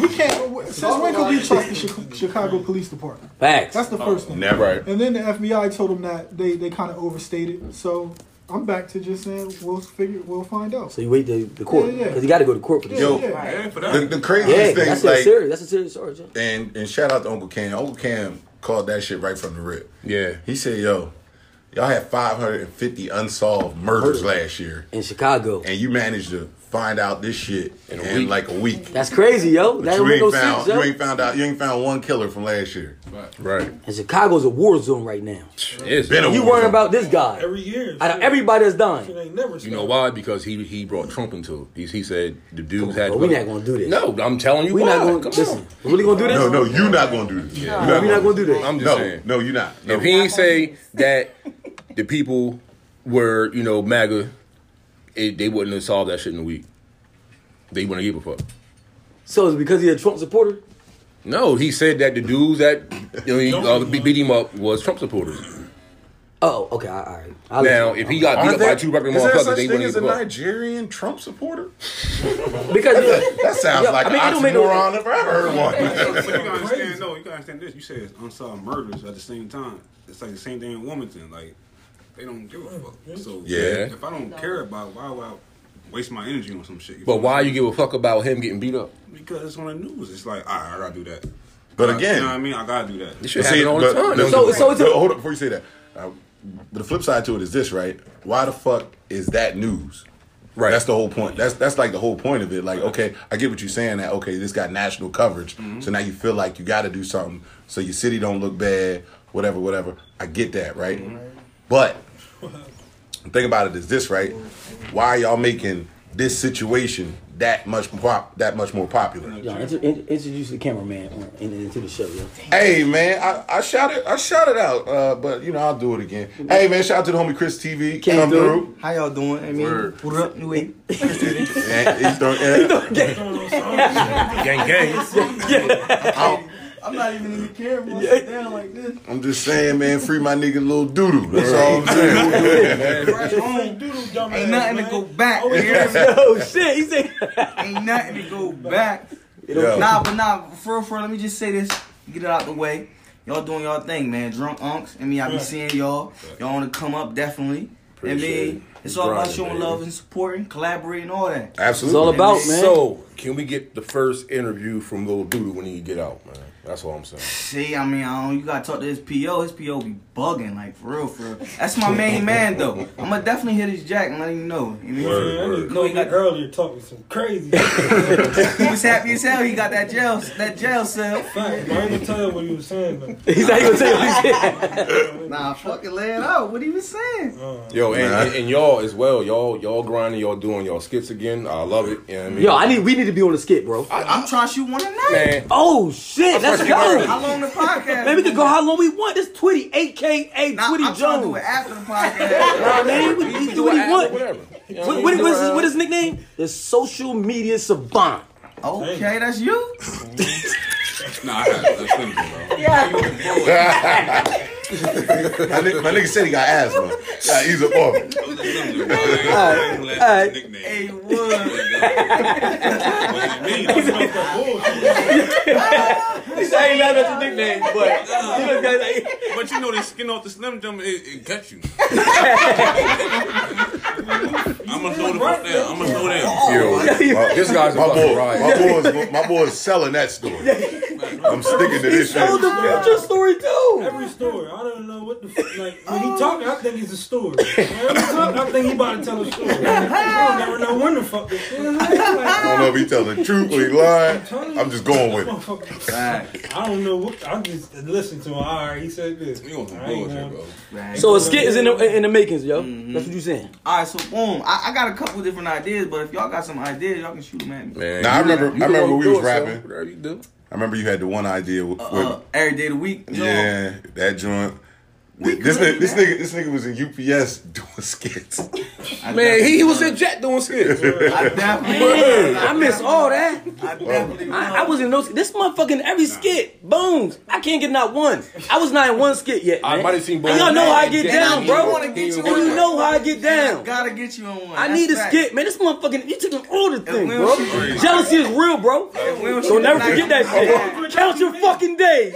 Speaker 6: we can't. Since when could we trust the Chi- Chicago Police Department?
Speaker 3: Facts.
Speaker 6: That's the first thing.
Speaker 2: Never. Right.
Speaker 6: And then the FBI told them that they, they kind of overstated. So I'm back to just saying we'll figure we'll find out.
Speaker 3: So you wait the, the court
Speaker 6: Yeah, yeah.
Speaker 3: because you got to go to court for this.
Speaker 2: Yo,
Speaker 6: Yeah, yeah.
Speaker 5: Yeah, for
Speaker 2: The,
Speaker 5: that.
Speaker 2: the
Speaker 3: shit.
Speaker 2: craziest
Speaker 3: yeah
Speaker 2: thing
Speaker 3: that's
Speaker 2: is
Speaker 3: a
Speaker 2: like,
Speaker 3: serious. That's a serious charge. yo.
Speaker 2: and and shout out to Uncle Cam. Uncle Cam called that shit right from the rip.
Speaker 4: Yeah.
Speaker 2: He said, "Yo, y'all had 550 unsolved murders
Speaker 3: Murders.
Speaker 2: last year,
Speaker 3: In Chicago,
Speaker 2: and you managed to find out this shit in,
Speaker 4: a week.
Speaker 2: like a week.
Speaker 3: that's crazy, yo.
Speaker 2: But
Speaker 3: That
Speaker 2: you
Speaker 3: don't make no
Speaker 2: ain't found
Speaker 3: sense, yo.
Speaker 2: you ain't found out you ain't found one killer from last year.
Speaker 4: Right.
Speaker 3: And Chicago's a war zone right now.
Speaker 4: It's
Speaker 2: Been a
Speaker 3: You
Speaker 2: war
Speaker 3: worrying
Speaker 2: zone.
Speaker 3: about this guy?
Speaker 8: Every year.
Speaker 3: Out of everybody that's
Speaker 8: It
Speaker 3: dying,
Speaker 8: ain't never.
Speaker 4: You know why? Because he he brought Trump into it. He, he said the dudes had.
Speaker 3: but we not gonna do this.
Speaker 4: No, I'm telling you,
Speaker 3: we
Speaker 4: why.
Speaker 3: not going.
Speaker 4: Come
Speaker 3: to Listen,
Speaker 4: on.
Speaker 3: we really gonna do this?
Speaker 2: No, no, you're not gonna do this. You're
Speaker 3: we not gonna do this.
Speaker 4: I'm just
Speaker 2: No,
Speaker 4: saying.
Speaker 2: no, you're not. No.
Speaker 4: If he ain't say that the people were, you know, MAGA, it, they wouldn't have solved that shit in a week. They wouldn't give a fuck.
Speaker 3: So it's because he's a Trump supporter.
Speaker 4: No, he said that the dudes that you know, uh, be- beat him up was Trump supporters.
Speaker 3: Oh, okay, all all right. I'll let
Speaker 4: Now,
Speaker 3: you-
Speaker 4: if he got beat
Speaker 2: Aren't
Speaker 4: up by
Speaker 2: there-
Speaker 4: two rapping
Speaker 2: is there
Speaker 4: motherfuckers,
Speaker 2: such
Speaker 4: they
Speaker 2: thing
Speaker 4: wouldn't
Speaker 2: as a
Speaker 4: give a fuck.
Speaker 2: Nigerian Trump supporter?
Speaker 3: because
Speaker 2: That sounds
Speaker 3: Yo,
Speaker 2: like
Speaker 3: I mean, it
Speaker 2: an
Speaker 3: don't make no-
Speaker 2: oxymoron if I ever heard one.
Speaker 5: But you gotta understand, no, you gotta understand this. You said it's unsolved murders at the same time. It's like the same thing in Wilmington. Like they don't give
Speaker 10: Oh,
Speaker 5: a fuck. So
Speaker 2: Yeah.
Speaker 5: if I don't care about, it, why would I waste my energy on some shit?
Speaker 4: But
Speaker 5: feel
Speaker 4: why
Speaker 5: me?
Speaker 4: you give a fuck about him getting beat up?
Speaker 5: Because it's on the news. It's like, all right, I gotta do that.
Speaker 2: But
Speaker 5: Like,
Speaker 2: again-
Speaker 5: you know what I mean, I gotta do that.
Speaker 4: This shit
Speaker 2: But see,
Speaker 4: happen all the
Speaker 2: but-
Speaker 4: time.
Speaker 2: no,
Speaker 3: So-
Speaker 2: no,
Speaker 3: so it's a-
Speaker 2: no, hold up before you say that. Uh, but the flip side to it is this, right? Why the fuck is that news?
Speaker 4: Right.
Speaker 2: That's the whole point. That's that's like the whole point of it. Like, okay, I get what you're saying. That okay, this got national coverage,
Speaker 4: Mm-hmm.
Speaker 2: so now you feel like you got to do something so your city don't look bad. Whatever, whatever. I get that, right?
Speaker 4: Mm-hmm.
Speaker 2: But the thing about it is this, right? Why are y'all making this situation that much pop, that much more popular?
Speaker 3: Yo, inter- in- introduce the cameraman on- in- into the show, yo.
Speaker 2: Hey man, I, I shout it I shout it out, uh, but you know I'll do it again. Hey man, shout out to the homie Chris TV.
Speaker 3: Can't
Speaker 2: come
Speaker 3: do it.
Speaker 2: through.
Speaker 10: How y'all doing? I mean,
Speaker 2: Word.
Speaker 10: what up, New Way?
Speaker 2: And he's throwing- and
Speaker 4: gang, gang.
Speaker 2: I'll-
Speaker 10: I'm not even in the camera. Yeah. Sit down like this.
Speaker 2: I'm just saying, man, free my nigga little doodle. That's all I'm saying.
Speaker 10: Ain't nothing to go back.
Speaker 3: Oh shit, he said.
Speaker 10: Ain't nothing to go back.
Speaker 2: Yeah.
Speaker 10: Nah, but nah, for real, for real, let me just say this. Get it out the way. Y'all doing y'all thing, man. Drunk unks. I mean, I be seeing y'all. Y'all want to come up, definitely. I
Speaker 4: Appreciate it.
Speaker 10: mean, it's all about
Speaker 4: Grinding,
Speaker 10: showing
Speaker 4: baby.
Speaker 10: love and supporting, collaborating, all that.
Speaker 2: Absolutely.
Speaker 3: It's all about man.
Speaker 4: So, can we get the first interview from Lil Doodle when he get out, man? That's what I'm saying.
Speaker 10: See, I mean, I don't. You gotta talk to his PO. His PO be bugging, like for real, for real. That's my main man, though. I'm gonna definitely hit his jack and let him know. You know,
Speaker 4: Word,
Speaker 10: I
Speaker 4: word.
Speaker 10: know he got.
Speaker 8: earlier talking some crazy.
Speaker 10: He was happy as hell. He got that jail, that jail cell.
Speaker 8: Fact, but I ain't gonna tell you what you was saying, but
Speaker 3: He's not even saying what he said.
Speaker 10: Nah, fucking lay it out. oh, What he was saying.
Speaker 8: Oh.
Speaker 4: Yo, and, and, and y'all as well. Y'all y'all grinding. Y'all doing y'all skits again. I love it. You know what I mean?
Speaker 3: Yo, I need we need to be on the skit, bro.
Speaker 10: I'm trying to shoot one tonight.
Speaker 4: man.
Speaker 3: Oh shit, let's
Speaker 4: trying to get
Speaker 3: go.
Speaker 4: ready.
Speaker 10: How long the podcast?
Speaker 3: Man, we can go how long we want. This Twitty, aka
Speaker 10: Nah, I'm
Speaker 3: Twitty
Speaker 10: trying to do
Speaker 3: Jones.
Speaker 10: it after the podcast.
Speaker 3: Nah, man, we, we do what he want.
Speaker 4: Whatever. You know
Speaker 3: What,
Speaker 4: I
Speaker 3: what,
Speaker 4: mean?
Speaker 3: what, is his, what is his nickname? The social media savant.
Speaker 10: Okay, that's you.
Speaker 5: Nah, I got it. That's simple, bro.
Speaker 2: My nigga, my nigga said he got asthma. Yeah, he's a oh. bum.
Speaker 3: alright.
Speaker 10: Hey, wood.
Speaker 3: This ain't not that's a nickname, but you know, guys, like,
Speaker 5: But you know, the skin off the Slim Jim, it, it got you. I'm gonna throw the fuck down. I'm gonna throw down.
Speaker 2: Oh,
Speaker 4: Yo, my- this guy's a
Speaker 2: My
Speaker 4: fucking
Speaker 2: boy, my
Speaker 4: riot.
Speaker 2: boy's, my boy's selling that story. I'm sticking to this
Speaker 3: told the
Speaker 2: shit.
Speaker 3: future story too.
Speaker 8: every story, I don't know what the fuck. Like when
Speaker 10: Oh.
Speaker 8: he talking, I think it's a story. When he talking, I think he about to tell a story. I don't never know when the fuck. This, you know what I'm saying? Like,
Speaker 2: I don't know if he telling the truth or he lying. I'm just going with it.
Speaker 8: motherfucker,
Speaker 10: Right,
Speaker 8: I don't know what. I just listened to him. All right, he said this.
Speaker 5: We on some
Speaker 8: I ain't
Speaker 5: bullshit,
Speaker 8: gonna-
Speaker 5: bro.
Speaker 10: right.
Speaker 3: So a skit is in the in the makings, yo. That's what you saying.
Speaker 10: All right, so boom. I, I got a couple different ideas, but if y'all got some ideas, y'all can shoot them at me.
Speaker 4: Man,
Speaker 2: Nah, I
Speaker 4: you-
Speaker 2: remember-
Speaker 4: you
Speaker 2: I remember
Speaker 4: the one
Speaker 2: we
Speaker 4: who
Speaker 2: was
Speaker 4: do it, son.
Speaker 2: rapping.
Speaker 4: Whatever you do.
Speaker 2: I remember you had the one idea with,
Speaker 10: Uh,
Speaker 5: Uh-uh.
Speaker 2: with
Speaker 10: every day of the week. you know?
Speaker 2: yeah, that joint. This nigga,
Speaker 10: could do
Speaker 2: this
Speaker 10: that.
Speaker 2: nigga, this nigga was in UPS doing skits.
Speaker 10: I
Speaker 4: Man,
Speaker 10: definitely-
Speaker 4: he, he was in Jet doing skits.
Speaker 10: I definitely.
Speaker 3: Man, I miss all that.
Speaker 10: I definitely.
Speaker 3: I, I was in no this motherfucking every skit. Bones. I can't get not one. I was not in one skit yet.
Speaker 4: I
Speaker 3: Man.
Speaker 4: might have seen
Speaker 3: And
Speaker 4: Bones.
Speaker 3: y'all know how I get
Speaker 4: Damn,
Speaker 3: down,
Speaker 4: you
Speaker 3: bro.
Speaker 4: wanna
Speaker 3: And
Speaker 4: get you
Speaker 3: you
Speaker 4: one.
Speaker 3: know how I get down.
Speaker 10: Gotta get you on one.
Speaker 3: I
Speaker 10: That's
Speaker 3: need a
Speaker 10: fact.
Speaker 3: skit, man. This motherfucking you took an order thing,
Speaker 10: we
Speaker 3: bro.
Speaker 10: don't shoot-
Speaker 3: Jealousy is real, bro.
Speaker 10: We don't
Speaker 3: So
Speaker 10: shoot
Speaker 3: never
Speaker 10: tonight.
Speaker 3: forget that shit. Count your fucking days.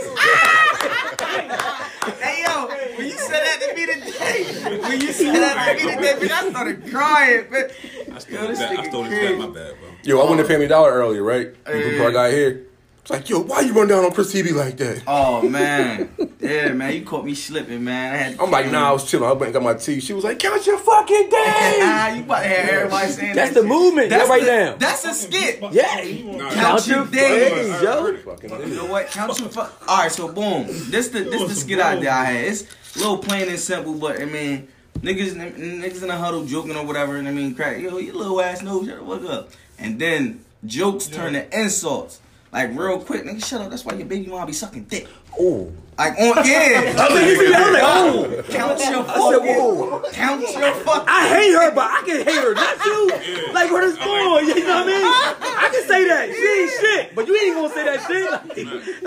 Speaker 10: Hey yo, when you said that to me today, when you said that to me today, bitch, I started crying, but
Speaker 5: I stole this back. I stole this back. My bad, bro.
Speaker 4: Yo, I went to Family Dollar earlier, right? Before I
Speaker 10: Hey.
Speaker 4: got here. It's like, yo, why you run down on Chris TV like that?
Speaker 10: Oh man, yeah, man, you caught me slipping, man. I had,
Speaker 4: I'm like, nah, I was chilling. I went and got my tea. She was like, count your fucking days.
Speaker 10: ah, you about to have everybody saying that
Speaker 3: That's the
Speaker 10: shit.
Speaker 3: movement. That's right
Speaker 10: the-
Speaker 3: down.
Speaker 10: That's a skit.
Speaker 3: Yeah.
Speaker 5: Nah,
Speaker 10: Count
Speaker 3: Count
Speaker 10: your
Speaker 3: your days,
Speaker 10: days,
Speaker 3: yo.
Speaker 4: Fucking
Speaker 10: You know
Speaker 4: idiot.
Speaker 10: what? Count your fuck. All right, so boom. This the this the skit idea I had. It's a little plain and simple, but I mean, niggas niggas in the huddle joking or whatever, and I mean, crack. Yo, you little ass nose, shut the fuck up. And then jokes turn to insults. Like real quick, nigga, shut up. That's why your baby mom be sucking dick.
Speaker 3: Oh.
Speaker 10: Like on yeah.
Speaker 3: I think he's I'm like, oh.
Speaker 10: count your
Speaker 3: I said,
Speaker 10: fucking.
Speaker 3: whoa.
Speaker 10: Count your fucking.
Speaker 3: I hate her, but I can hate her, not you. Like where this going? You know what I mean? I can say that. She ain't shit, but you ain't gonna say that shit.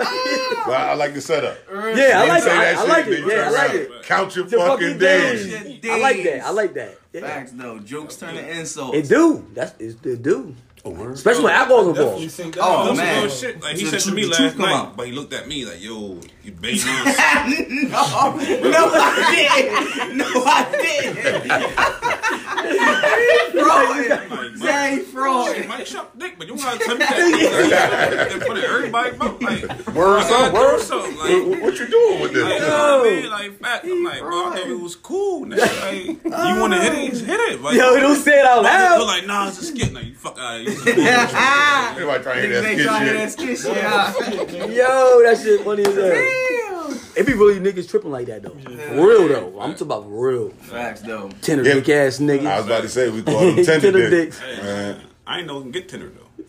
Speaker 2: But I, I like the setup.
Speaker 3: Yeah, I
Speaker 2: You
Speaker 3: like it.
Speaker 2: say
Speaker 3: I,
Speaker 2: that
Speaker 3: I
Speaker 2: shit,
Speaker 3: like
Speaker 2: then
Speaker 3: it.
Speaker 2: you
Speaker 3: Yeah, I
Speaker 2: turn
Speaker 3: like
Speaker 2: around.
Speaker 3: it.
Speaker 2: Count your
Speaker 3: The
Speaker 2: fucking, days.
Speaker 3: I like that. I like that. Yeah.
Speaker 10: Facts though. Jokes turn to insults.
Speaker 3: It do. That's it's, it do. Especially when alcohol's
Speaker 8: Definitely
Speaker 3: involved.
Speaker 8: think
Speaker 10: Oh,
Speaker 8: that's
Speaker 10: man.
Speaker 5: Oh shit! Like he
Speaker 10: The
Speaker 5: said to
Speaker 10: truth-
Speaker 5: me
Speaker 10: the
Speaker 5: last
Speaker 10: truth come
Speaker 5: night,
Speaker 10: out.
Speaker 5: but he looked at me like, "Yo, you baiting us."
Speaker 10: no, no, I didn't. No, I didn't. fraud. Zay
Speaker 5: Shit,
Speaker 10: fraud.
Speaker 5: Mike shot dick, but you want to tell me that in front of everybody? Bro. Like, words
Speaker 4: up, words
Speaker 5: up. Like,
Speaker 2: What, what you doing with
Speaker 5: like, you
Speaker 2: this?
Speaker 5: know what I mean? Like, fact, I'm like, bro, I thought it was cool. nigga. Like, you want to hit it, just hit it. Like,
Speaker 3: Yo, don't say it out
Speaker 5: I
Speaker 3: loud.
Speaker 5: was like, nah, it's a skit. Like, you fuck out of
Speaker 10: Ah,
Speaker 2: Everybody trying to hear
Speaker 10: Niggas ain't trying to hear
Speaker 2: that
Speaker 10: that
Speaker 2: skit shit.
Speaker 10: skit shit. huh?
Speaker 3: Yo, that shit funny as hell. It be really niggas tripping like that though. For real though. I'm talking about real.
Speaker 10: Facts though.
Speaker 3: Tender
Speaker 2: Yeah.
Speaker 3: dick ass
Speaker 2: I
Speaker 3: niggas.
Speaker 2: was about to say we call them tender
Speaker 3: Tender
Speaker 2: dicks.
Speaker 3: dicks.
Speaker 2: Man,
Speaker 5: I ain't know you can get tender, though.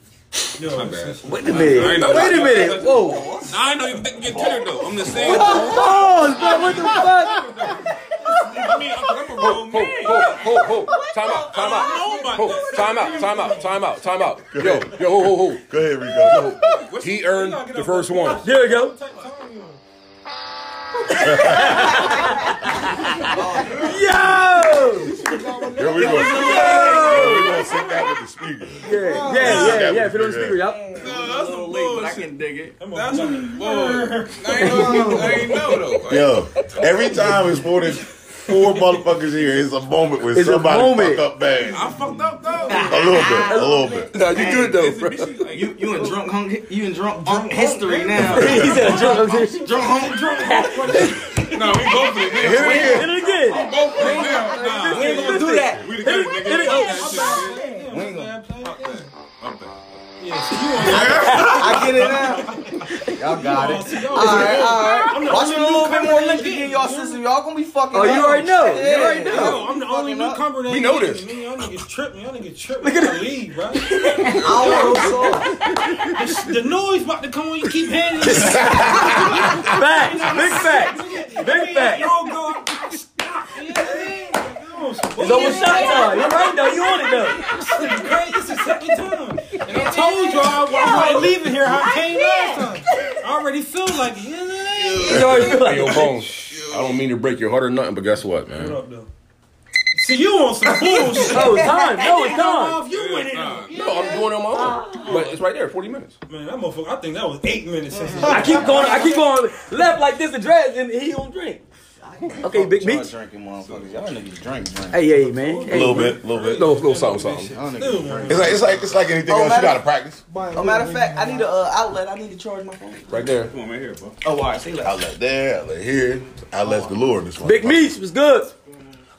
Speaker 8: Yo,
Speaker 5: My bad.
Speaker 3: Wait a minute.
Speaker 5: know.
Speaker 3: Wait a minute. Whoa.
Speaker 5: Nah, I ain't know you can get tender, though. I'm just saying.
Speaker 3: Pause, bro. What the fuck?
Speaker 5: I mean, I'm a real
Speaker 4: Ho,
Speaker 5: man.
Speaker 4: ho, ho, ho. Time out, time out.
Speaker 5: I don't know about
Speaker 4: Ho,
Speaker 5: that.
Speaker 4: time out, time out, time out, time out. Yo, yo, ho, ho,
Speaker 2: go ahead, Rico.
Speaker 4: ho. He earned the first one.
Speaker 3: There we go. Yo.
Speaker 2: Here we go. Here we go. Sit that with the speaker.
Speaker 3: Yeah, yeah, yeah, yeah. If it don't speak, y'all.
Speaker 5: That's some
Speaker 10: Late, but I
Speaker 5: bullshit.
Speaker 10: can dig it.
Speaker 5: That's some bullshit. I ain't know, I ain't know, though.
Speaker 2: Yo, every time it's more than four motherfuckers here, it's a moment where
Speaker 3: It's a
Speaker 2: somebody
Speaker 3: moment.
Speaker 2: fuck up bad.
Speaker 5: I fucked up though.
Speaker 2: A little bit, a little bit.
Speaker 4: Nah, you good though, bro.
Speaker 10: You you in drunk hunk you in drunk hunk history now.
Speaker 3: he said drunk.
Speaker 10: drunk hunk drunk hunk.
Speaker 5: No, we go for it.
Speaker 2: Here it is.
Speaker 3: Hit it again.
Speaker 5: Go for it now. Nah,
Speaker 10: We ain't gonna do that.
Speaker 5: we together, nigga. Fuck that
Speaker 10: We ain't gonna.
Speaker 5: shit. Fuck that.
Speaker 10: I get it now. Y'all got it. All right, all right. Watch with a little bit more liquor in y'all system. Y'all gonna be fucking.
Speaker 3: Oh, you
Speaker 10: up.
Speaker 3: already know. You
Speaker 10: Yeah.
Speaker 3: already know.
Speaker 8: Yo, I'm the only
Speaker 10: Fucking up.
Speaker 8: newcomer that
Speaker 4: We know
Speaker 8: ain't
Speaker 4: this.
Speaker 8: getting me. Y'all niggas tripping. Y'all niggas tripping. Look at the lead, bro.
Speaker 10: I
Speaker 8: The noise about to come when you keep handing it.
Speaker 3: Facts. Big facts. Big facts.
Speaker 8: Y'all go. Stop. You know what I mean? Come on,
Speaker 3: It's over shot time. You're right though. You on it though.
Speaker 8: This is crazy. This is the second time. And I told y'all I wasn't leaving here. How I came last time. I already feel like it. You know what I mean?
Speaker 3: You already feel
Speaker 4: Hey,
Speaker 3: like
Speaker 4: yo, Bones. I don't mean to break your heart or nothing, but guess what, man?
Speaker 8: What up, though? See, you on some bullshit.
Speaker 3: no it's time. No it's time.
Speaker 8: Off, you went in. on.
Speaker 4: No, I'm doing it on my own. But it's right there, 40 minutes.
Speaker 8: Man, that motherfucker, I think that was eight minutes since
Speaker 3: I keep going. I keep going left like this address, and he don't drink. Okay, Big
Speaker 10: Y'all
Speaker 3: Meech.
Speaker 10: drinking, motherfuckers. Y'all niggas drink, drink.
Speaker 3: Hey, hey, man. Hey,
Speaker 2: A little bit, a little bit.
Speaker 4: No, no, something, something.
Speaker 10: Y'all niggas.
Speaker 8: still, man.
Speaker 2: It's like it's like it's like anything
Speaker 10: Oh,
Speaker 2: else. You
Speaker 10: matter-
Speaker 2: gotta practice.
Speaker 10: Oh, matter of fact, I need a uh, outlet. I need to charge my phone.
Speaker 4: Right there.
Speaker 5: Come on, man, here, bro.
Speaker 10: Oh, all right. See you later.
Speaker 2: Outlet there, outlet here, outlets galore in this one.
Speaker 3: Big Meech was good.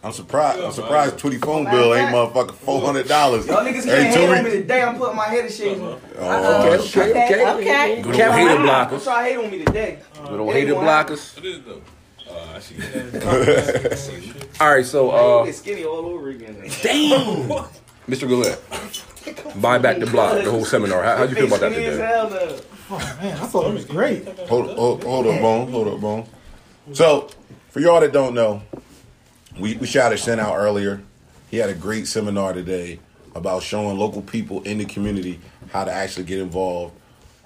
Speaker 2: I'm surprised. I'm surprised. Twenty phone
Speaker 10: Oh,
Speaker 2: bill ain't motherfucking four hundred dollars.
Speaker 10: Y'all niggas
Speaker 2: Every
Speaker 10: can't
Speaker 2: two
Speaker 10: hate on me
Speaker 2: weeks.
Speaker 10: today. I'm putting my head in shape.
Speaker 2: Oh,
Speaker 3: Okay, okay, okay.
Speaker 9: Okay.
Speaker 4: Good old hater
Speaker 10: Don't
Speaker 4: blockers.
Speaker 10: try to hate on me today.
Speaker 4: Good old hater blockers.
Speaker 5: What is it, though? Uh, I see.
Speaker 4: All right, so
Speaker 10: You
Speaker 4: uh,
Speaker 10: get skinny all over again.
Speaker 4: damn, Mr. Gillette, buy back the block, the whole seminar. How how'd you feel about that
Speaker 10: Skinny as
Speaker 4: today?
Speaker 10: hell, though.
Speaker 6: Man, I thought it was great.
Speaker 2: Hold, hold, hold up, Bone. Hold up, Bone. So, for y'all that don't know, we, we shouted Sen out earlier. He had a great seminar today about showing local people in the community how to actually get involved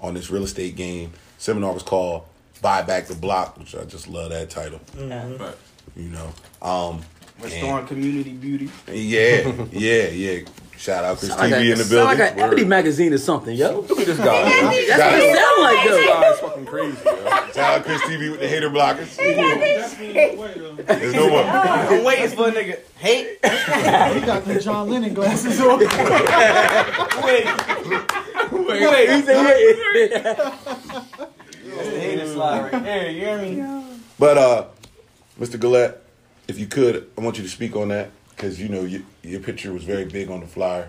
Speaker 2: on this real estate game. Seminar was called Buy Back the Block, which I just love that title.
Speaker 5: Right.
Speaker 2: You know, um,
Speaker 10: Restoring community beauty.
Speaker 2: yeah, yeah, yeah. Shout out Chris
Speaker 3: Sound like
Speaker 2: TV
Speaker 3: a-
Speaker 2: in the
Speaker 3: sound
Speaker 2: building.
Speaker 3: Like an Ebony magazine or something, yo.
Speaker 4: Look at this guy. man.
Speaker 3: That's what it sound like,
Speaker 4: This
Speaker 3: though.
Speaker 4: guy's fucking crazy. Yo.
Speaker 2: Shout out Chris TV with the hater blockers.
Speaker 8: Definitely no way, though.
Speaker 2: There's no one.
Speaker 10: I'm waiting for a nigga. Hate.
Speaker 6: He got the John Lennon glasses on.
Speaker 3: Wait, he said, wait.
Speaker 10: That's the hater slide right there. You hear me?
Speaker 2: But uh, Mr. Gillette, if you could, I want you to speak on that because you know your, your picture was very big on the flyer.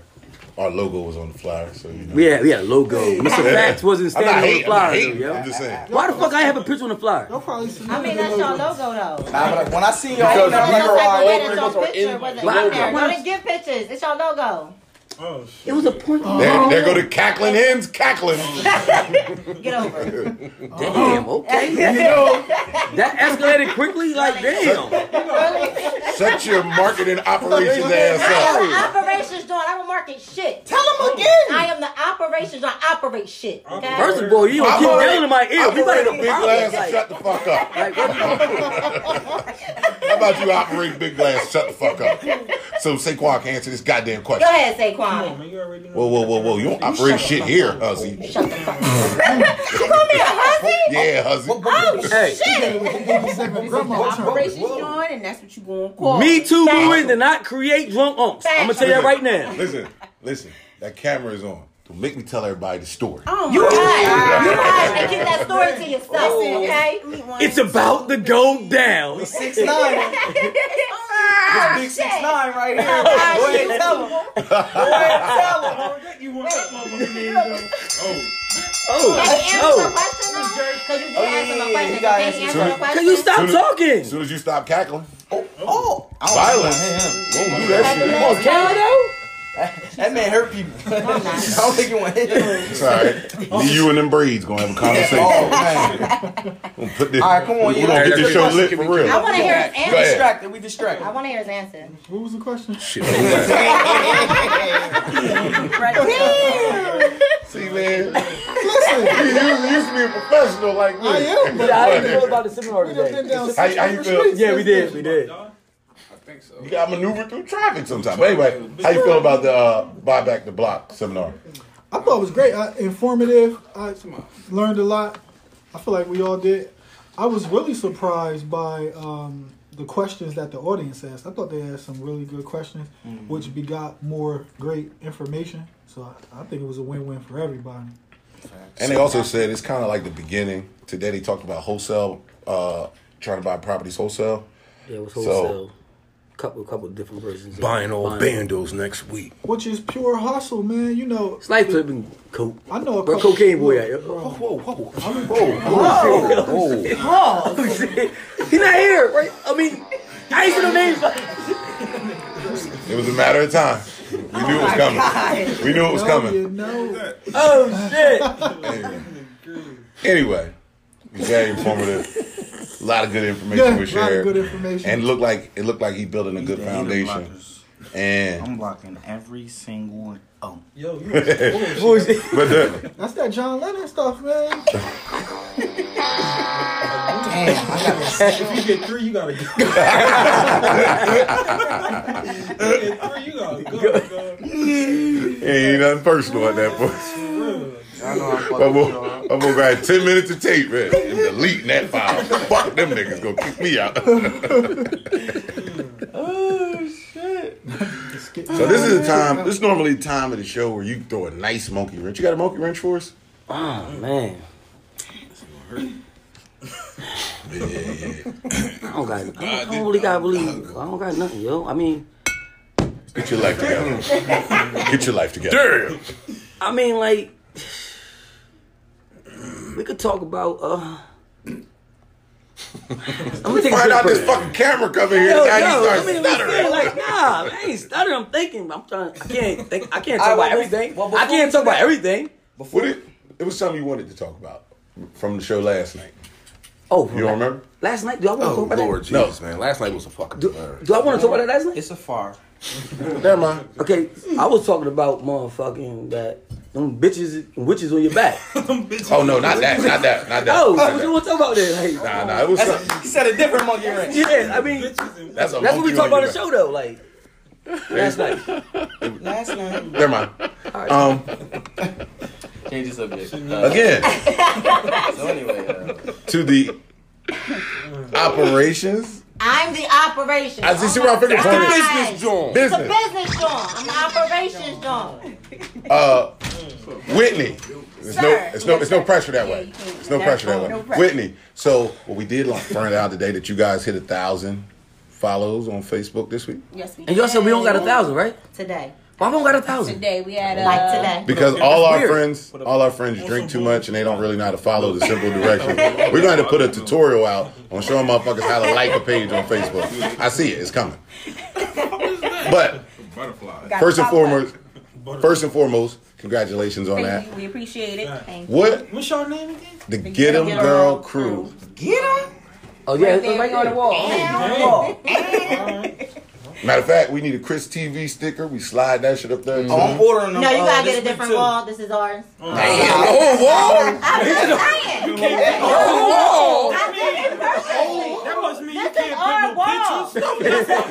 Speaker 2: Our logo was on the flyer, so you know.
Speaker 3: We had, we had a logo. Mr. Facts wasn't
Speaker 2: I'm
Speaker 3: standing
Speaker 2: not hating. I'm, not
Speaker 3: on the flyer,
Speaker 2: hating.
Speaker 3: though, yo.
Speaker 2: I'm just saying.
Speaker 3: Why the fuck I have a picture on the flyer?
Speaker 6: Y'all probably seen
Speaker 9: I mean,
Speaker 6: the
Speaker 9: that's your
Speaker 6: logo.
Speaker 9: logo though.
Speaker 10: Nah, but when I see y'all,
Speaker 4: Because
Speaker 10: I'm like,
Speaker 4: you
Speaker 10: all
Speaker 4: are
Speaker 10: right.
Speaker 4: all
Speaker 9: It's your
Speaker 4: logos are
Speaker 9: picture,
Speaker 4: in
Speaker 9: whether it's
Speaker 3: logo.
Speaker 9: in there. Don't give pictures. It's your logo.
Speaker 8: Oh, shit.
Speaker 3: It was a point.
Speaker 10: Uh-huh.
Speaker 2: There, there go the cackling hens cackling.
Speaker 9: Get over it.
Speaker 3: Damn, okay. That escalated quickly, like, damn.
Speaker 2: Shut your marketing operations ass up.
Speaker 9: I'm the operations doing. I don't market shit.
Speaker 10: Tell him again.
Speaker 9: Oh. I am the operations. I operate shit. Okay.
Speaker 3: First of all, you don't
Speaker 2: I'm
Speaker 3: keep
Speaker 2: already-
Speaker 3: yelling in my ear.
Speaker 2: I'm
Speaker 3: We about
Speaker 2: afraid
Speaker 3: to
Speaker 2: of big glass. and Shut the fuck up.
Speaker 3: Like, what the
Speaker 2: How about you operate big glass? Shut the fuck up. So Saquon can answer this goddamn
Speaker 9: Go
Speaker 2: question.
Speaker 9: ahead,
Speaker 8: Come on,
Speaker 9: Saquon.
Speaker 8: man. You already know.
Speaker 2: Whoa, whoa, whoa, whoa! You don't operate shit here, Huzzy.
Speaker 9: Shut the fuck up. you call me a hussy?
Speaker 2: Yeah, Huzzy.
Speaker 9: Oh
Speaker 3: Hey.
Speaker 9: shit!
Speaker 6: Grandma turned.
Speaker 9: Operations doing, and that's what you going to call.
Speaker 3: Me too
Speaker 9: Facts.
Speaker 3: movement did not create drunk unks. I'm gonna tell you that right now.
Speaker 2: Listen, listen. That camera is on. Don't make me tell everybody the story.
Speaker 9: Oh you hide. You hide and keep that story to yourself, okay?
Speaker 3: It's about to go down.
Speaker 10: Six nine.
Speaker 9: Ah,
Speaker 10: Big six
Speaker 9: shit.
Speaker 10: nine right here.
Speaker 9: Ah,
Speaker 10: Go ahead,
Speaker 9: shit.
Speaker 10: tell him. Go ahead, tell him.
Speaker 8: You want that motherfucker?
Speaker 9: Can you answer the
Speaker 3: Oh,
Speaker 9: question though? Because you did
Speaker 10: Oh, yeah,
Speaker 9: answer
Speaker 10: yeah,
Speaker 9: the
Speaker 10: yeah,
Speaker 9: question.
Speaker 10: you gotta
Speaker 9: Can you
Speaker 10: answer
Speaker 9: answer the
Speaker 3: no.
Speaker 9: question?
Speaker 3: Can you stop talking?
Speaker 2: As soon as you stop cackling,
Speaker 10: Oh,
Speaker 2: violence. Don't do that shit.
Speaker 3: Oh, Cal, though?
Speaker 10: that man hurt people. I don't think it went. hit.
Speaker 2: Sorry. Me, you and them braids gonna have a
Speaker 10: Oh
Speaker 2: conversation.
Speaker 10: man.
Speaker 2: Gonna put this,
Speaker 10: All right, come on.
Speaker 2: we gonna
Speaker 10: Yeah.
Speaker 2: get this show lit for real.
Speaker 9: I want to hear his
Speaker 10: We
Speaker 9: answer.
Speaker 2: Go ahead.
Speaker 10: distracted. We
Speaker 9: I
Speaker 10: distracted.
Speaker 9: want to hear his answer.
Speaker 6: What was the question?
Speaker 4: Shit, look at that.
Speaker 2: See, man,
Speaker 6: Listen,
Speaker 2: you used, used to be a professional like me.
Speaker 6: I am, but
Speaker 3: I
Speaker 6: I
Speaker 3: didn't know about the seminar
Speaker 6: we done been
Speaker 3: today.
Speaker 6: down
Speaker 2: How- how you
Speaker 6: six
Speaker 2: feel?
Speaker 6: streets.
Speaker 3: Yeah, we did, we did.
Speaker 5: I think so.
Speaker 2: You got to maneuver through traffic sometimes. But anyway, how you feel about the uh, buy back the block seminar?
Speaker 6: I thought it was great. I, informative. I learned a lot. I feel like we all did. I was really surprised by um, the questions that the audience asked. I thought they asked some really good questions,
Speaker 10: Mm-hmm.
Speaker 6: which begot more great information. So I, I think it was a win-win for everybody.
Speaker 2: And they also said it's kind of like the beginning. Today they talked about wholesale, uh, trying to buy properties wholesale.
Speaker 3: Yeah, it was
Speaker 2: So-
Speaker 3: wholesale. couple, couple different versions. of
Speaker 4: Buying all
Speaker 3: buying.
Speaker 4: bandos next week.
Speaker 6: Which is pure hustle, man. You know,
Speaker 3: It's like flipping coke.
Speaker 6: I know a
Speaker 3: Bro,
Speaker 6: couple-
Speaker 3: cocaine boy. At?
Speaker 6: Bro.
Speaker 3: Whoa, whoa, whoa, whoa, whoa, whoa. He not here, right? I mean, I ain't see no names. but-
Speaker 2: It was a matter of time. We knew
Speaker 6: Oh
Speaker 2: it was coming. We knew it was
Speaker 6: No,
Speaker 2: coming.
Speaker 6: You know,
Speaker 3: Oh shit!
Speaker 2: Anyway, very informative. A lot of good information
Speaker 6: Yeah,
Speaker 2: was
Speaker 6: lot of
Speaker 2: shared.
Speaker 6: good information.
Speaker 2: And it looked like it looked like he building a good foundation. And
Speaker 10: I'm blocking every single one. Oh,
Speaker 8: Yo, you was
Speaker 3: Bullshit.
Speaker 2: but the,
Speaker 6: that's that John Lennon stuff, man.
Speaker 8: If you get three, you gotta go. if you get three, you gotta go. man.
Speaker 2: it ain't nothing personal at that point. I'm gonna, I'm gonna grab ten minutes of tape man, and deleting that file. Fuck them niggas gonna kick me out.
Speaker 3: Oh,
Speaker 2: So this is a time. This is normally the time of the show where you throw a nice monkey wrench. You got a monkey wrench for us?
Speaker 3: Oh man,
Speaker 2: Yeah, yeah, yeah.
Speaker 3: I don't got. I don't, I don't really got really. I don't got nothing, yo. I mean,
Speaker 2: Get your life together. Get your life together.
Speaker 3: I mean, like, we could talk about. uh I'm gonna take a
Speaker 2: Find
Speaker 3: sip
Speaker 2: out
Speaker 3: first.
Speaker 2: this fucking camera coming here.
Speaker 3: Yo, yo,
Speaker 2: now
Speaker 3: I
Speaker 2: you
Speaker 3: mean,
Speaker 2: start
Speaker 3: we feel
Speaker 2: stuttering.
Speaker 3: like, nah, I ain't stuttering. I'm thinking. I'm trying. I can't. Think, I can't talk about everything. I can't talk about everything.
Speaker 2: What it, it was something you wanted to talk about from the show last night.
Speaker 3: Oh,
Speaker 2: You don't remember?
Speaker 3: Last night, do I want to
Speaker 4: Oh
Speaker 3: talk about
Speaker 4: Lord
Speaker 2: No.
Speaker 4: Jesus, man! Last night was a fucking
Speaker 3: that?
Speaker 4: blur.
Speaker 3: Do I want to talk about that last night?
Speaker 10: it's a far.
Speaker 2: Never mind.
Speaker 3: Okay, I was talking about motherfucking that them bitches and witches on your back.
Speaker 2: Oh no, not that, not that, not that. Not
Speaker 3: oh, what
Speaker 2: that.
Speaker 3: you want to talk about then? Like,
Speaker 2: Nah, nah, it was
Speaker 10: That's
Speaker 2: something.
Speaker 10: he said a different monkey wrench.
Speaker 3: yeah, I mean,
Speaker 2: That's, a
Speaker 3: that's what we
Speaker 2: monkey
Speaker 3: talk
Speaker 2: on
Speaker 3: about on
Speaker 2: your
Speaker 3: the show though. Like last night.
Speaker 10: Last night.
Speaker 2: back. Never mind. Um,
Speaker 10: Change the subject. Uh,
Speaker 2: again
Speaker 10: So anyway, uh,
Speaker 2: to the operations.
Speaker 9: I'm the operations.
Speaker 2: I see, see where I figured from it.
Speaker 9: Oh business
Speaker 4: John.
Speaker 9: It's a
Speaker 2: Business.
Speaker 9: business John. I'm the operations John.
Speaker 2: Uh, Whitney. There's no,
Speaker 9: Sir.
Speaker 2: it's no, it's no pressure that
Speaker 9: Yeah,
Speaker 2: way.
Speaker 9: you can't.
Speaker 2: It's no
Speaker 9: That's
Speaker 2: pressure that
Speaker 9: fine.
Speaker 2: way.
Speaker 9: No pressure.
Speaker 2: Whitney. So what we did like find out today that you guys hit a thousand follows on Facebook this week
Speaker 7: Yes, we
Speaker 3: And y'all said we don't got a thousand, right?
Speaker 9: Today.
Speaker 3: Why we don't got a thousand?
Speaker 7: Today we had uh, a
Speaker 9: Like today.
Speaker 2: because all our
Speaker 3: weird.
Speaker 2: friends, all our friends drink too much and they don't really know how to follow the simple directions. We're going to put a tutorial out on showing motherfuckers how to like a page on Facebook. I see it. It's coming. But
Speaker 5: Butterfly.
Speaker 2: first and foremost, first and foremost, congratulations on that.
Speaker 7: Thank you. We appreciate it. Thank you.
Speaker 2: What
Speaker 8: What's your name again?
Speaker 2: the Get 'em Girl crew?
Speaker 10: get him.
Speaker 3: Oh yeah,
Speaker 7: Right
Speaker 3: it's
Speaker 7: there,
Speaker 3: right
Speaker 7: we on the
Speaker 3: there.
Speaker 7: wall.
Speaker 2: Matter of fact, we need a Chris TV sticker. We slide that shit up there.
Speaker 10: Oh, I'm ordering them.
Speaker 9: No, you
Speaker 10: uh,
Speaker 9: gotta get
Speaker 10: this
Speaker 9: a
Speaker 10: week
Speaker 9: different
Speaker 10: too.
Speaker 9: wall. This is ours.
Speaker 2: Damn, oh, wow.
Speaker 9: I'm just saying.
Speaker 2: Oh, wow.
Speaker 9: I did it personally.
Speaker 8: Oh, That must mean you
Speaker 9: This
Speaker 8: can't
Speaker 9: is our
Speaker 8: put no
Speaker 9: wall.